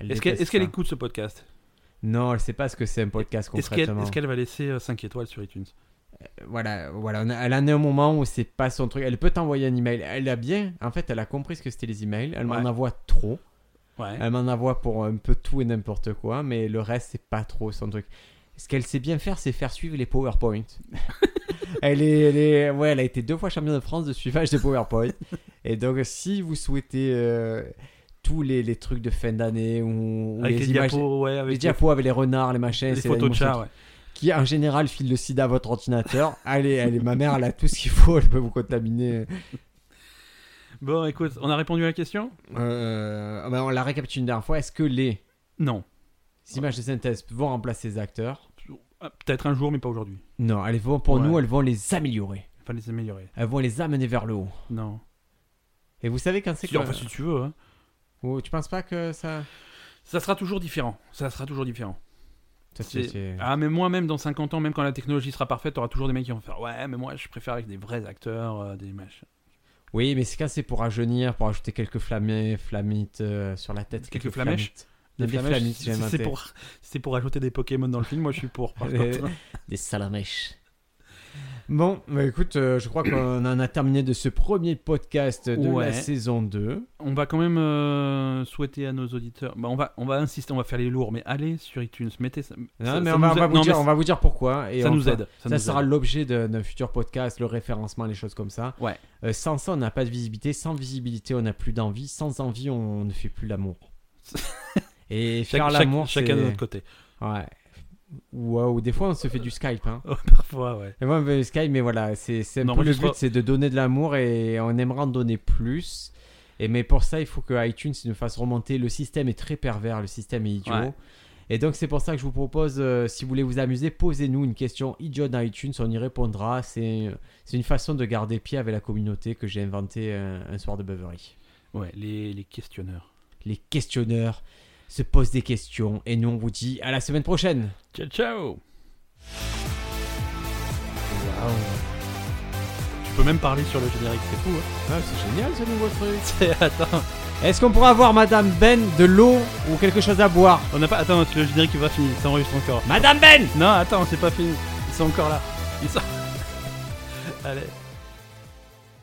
[SPEAKER 1] elle
[SPEAKER 2] Est-ce qu'elle
[SPEAKER 1] déteste
[SPEAKER 2] est-ce qu'elle
[SPEAKER 1] ça.
[SPEAKER 2] écoute ce podcast
[SPEAKER 1] Non, elle sait pas ce que c'est un podcast
[SPEAKER 2] Est-ce qu'elle
[SPEAKER 1] concrètement.
[SPEAKER 2] est-ce qu'elle va laisser 5 étoiles sur iTunes
[SPEAKER 1] Voilà, voilà, on a- elle en est au moment où c'est pas son truc. Elle peut t'envoyer un email. Elle a bien, en fait, elle a compris ce que c'était les emails. Elle m'en
[SPEAKER 2] Ouais.
[SPEAKER 1] envoie trop.
[SPEAKER 2] Ouais.
[SPEAKER 1] Elle m'en envoie pour un peu tout et n'importe quoi, mais le reste, c'est pas trop son truc. Ce qu'elle sait bien faire, c'est faire suivre les PowerPoint. elle, est, elle est- ouais, elle a été deux fois championne de France de suivage de PowerPoint. et donc, si vous souhaitez euh, tous les, les trucs de fin d'année ou ou
[SPEAKER 2] Avec les,
[SPEAKER 1] images-
[SPEAKER 2] diapos, ouais,
[SPEAKER 1] les
[SPEAKER 2] avec les,
[SPEAKER 1] diapos avec les renards, les machins,
[SPEAKER 2] les
[SPEAKER 1] c'est
[SPEAKER 2] photos de
[SPEAKER 1] l'animation
[SPEAKER 2] chats, ouais.
[SPEAKER 1] qui en général file le sida à votre ordinateur. allez, allez, ma mère, elle a tout ce qu'il faut, elle peut vous contaminer.
[SPEAKER 2] Bon, écoute, on a répondu à la question
[SPEAKER 1] Euh, ben, on la récapitule une dernière fois. Est-ce que les
[SPEAKER 2] Non.
[SPEAKER 1] images de synthèse vont remplacer les acteurs
[SPEAKER 2] Ah, Peut-être un jour, mais pas aujourd'hui.
[SPEAKER 1] Non, elles vont, pour
[SPEAKER 2] Ouais.
[SPEAKER 1] nous, elles vont les améliorer.
[SPEAKER 2] Enfin, les améliorer.
[SPEAKER 1] Elles vont les amener vers le haut.
[SPEAKER 2] Non.
[SPEAKER 1] Et vous savez quand c'est euh
[SPEAKER 2] Si,
[SPEAKER 1] que...
[SPEAKER 2] enfin, si tu veux. hein.
[SPEAKER 1] Oh, tu penses pas que ça...
[SPEAKER 2] Ça sera toujours différent. Ça sera toujours différent.
[SPEAKER 1] Ça,
[SPEAKER 2] C'est-
[SPEAKER 1] c'est- c'est-
[SPEAKER 2] Ah, mais moi, même dans 50 ans, même quand la technologie sera parfaite, t'auras toujours des mecs qui vont faire Ouais, mais moi, je préfère avec des vrais acteurs, euh, des machins.
[SPEAKER 1] Oui, mais c'est quand c'est pour rajeunir, pour ajouter quelques flammés, flammites euh, sur la tête.
[SPEAKER 2] Quelques flammèches
[SPEAKER 1] flammites. Des,
[SPEAKER 2] flamèches,
[SPEAKER 1] flammites,
[SPEAKER 2] si-
[SPEAKER 1] j'ai
[SPEAKER 2] si
[SPEAKER 1] inventé.
[SPEAKER 2] c'est pour, si c'est pour ajouter des Pokémon dans le film, moi, je suis pour. par
[SPEAKER 1] Les-
[SPEAKER 2] contre.
[SPEAKER 1] Des salamèches. Bon, bah écoute, euh, je crois qu'on en a terminé de ce premier podcast de
[SPEAKER 2] Ouais.
[SPEAKER 1] la saison 2.
[SPEAKER 2] On va quand même euh, souhaiter à nos auditeurs. Bah, on, va, on va insister, on va faire les lourds, mais allez sur iTunes, mettez ça.
[SPEAKER 1] Non,
[SPEAKER 2] ça-
[SPEAKER 1] mais
[SPEAKER 2] ça
[SPEAKER 1] on va,
[SPEAKER 2] nous
[SPEAKER 1] on va
[SPEAKER 2] aide-
[SPEAKER 1] vous
[SPEAKER 2] non,
[SPEAKER 1] dire,
[SPEAKER 2] mais
[SPEAKER 1] on va vous dire pourquoi. Et
[SPEAKER 2] ça
[SPEAKER 1] on
[SPEAKER 2] nous
[SPEAKER 1] fera-
[SPEAKER 2] aide.
[SPEAKER 1] Ça,
[SPEAKER 2] nous
[SPEAKER 1] sera
[SPEAKER 2] aide.
[SPEAKER 1] l'objet de- d'un futur podcast, le référencement, les choses comme ça.
[SPEAKER 2] Ouais.
[SPEAKER 1] Euh, sans ça, on n'a pas de visibilité. Sans visibilité, on n'a plus d'envie. Sans envie, on ne fait plus l'amour. et
[SPEAKER 2] Chaque-
[SPEAKER 1] faire
[SPEAKER 2] chaque-
[SPEAKER 1] l'amour,
[SPEAKER 2] chacun de
[SPEAKER 1] c'est-
[SPEAKER 2] notre côté.
[SPEAKER 1] Ouais. Waouh, des fois, on se fait du Skype. Hein.
[SPEAKER 2] Oh, parfois, ouais.
[SPEAKER 1] Et moi, mais Sky, mais voilà, c'est c'est un
[SPEAKER 2] On
[SPEAKER 1] peu le
[SPEAKER 2] enregistre-
[SPEAKER 1] but, c'est de donner de l'amour et on aimerait en donner plus. Et mais pour ça, il faut que iTunes nous fasse remonter. Le système est très pervers, le système est idiot.
[SPEAKER 2] Ouais.
[SPEAKER 1] Et donc, c'est pour ça que je vous propose, euh, si vous voulez vous amuser, posez-nous une question idiot dans iTunes, on y répondra. C'est c'est une façon de garder pied avec la communauté que j'ai inventée euh, un soir de beuverie.
[SPEAKER 2] Ouais, les, les questionneurs.
[SPEAKER 1] Les questionneurs se posent des questions et nous, on vous dit à la semaine prochaine.
[SPEAKER 2] Ciao, ciao Tu peux même parler sur le générique, c'est fou. hein.
[SPEAKER 1] Ah, c'est génial ce nouveau truc.
[SPEAKER 2] C'est- Attends,
[SPEAKER 1] Est-ce qu'on pourra avoir Madame Ben de l'eau ou quelque chose à boire
[SPEAKER 2] on n'a pas. Attends, le générique il va finir, il s'enregistre encore.
[SPEAKER 1] Madame Ben
[SPEAKER 2] Non, attends, c'est pas fini. Ils sont encore là. Ils sont. Allez.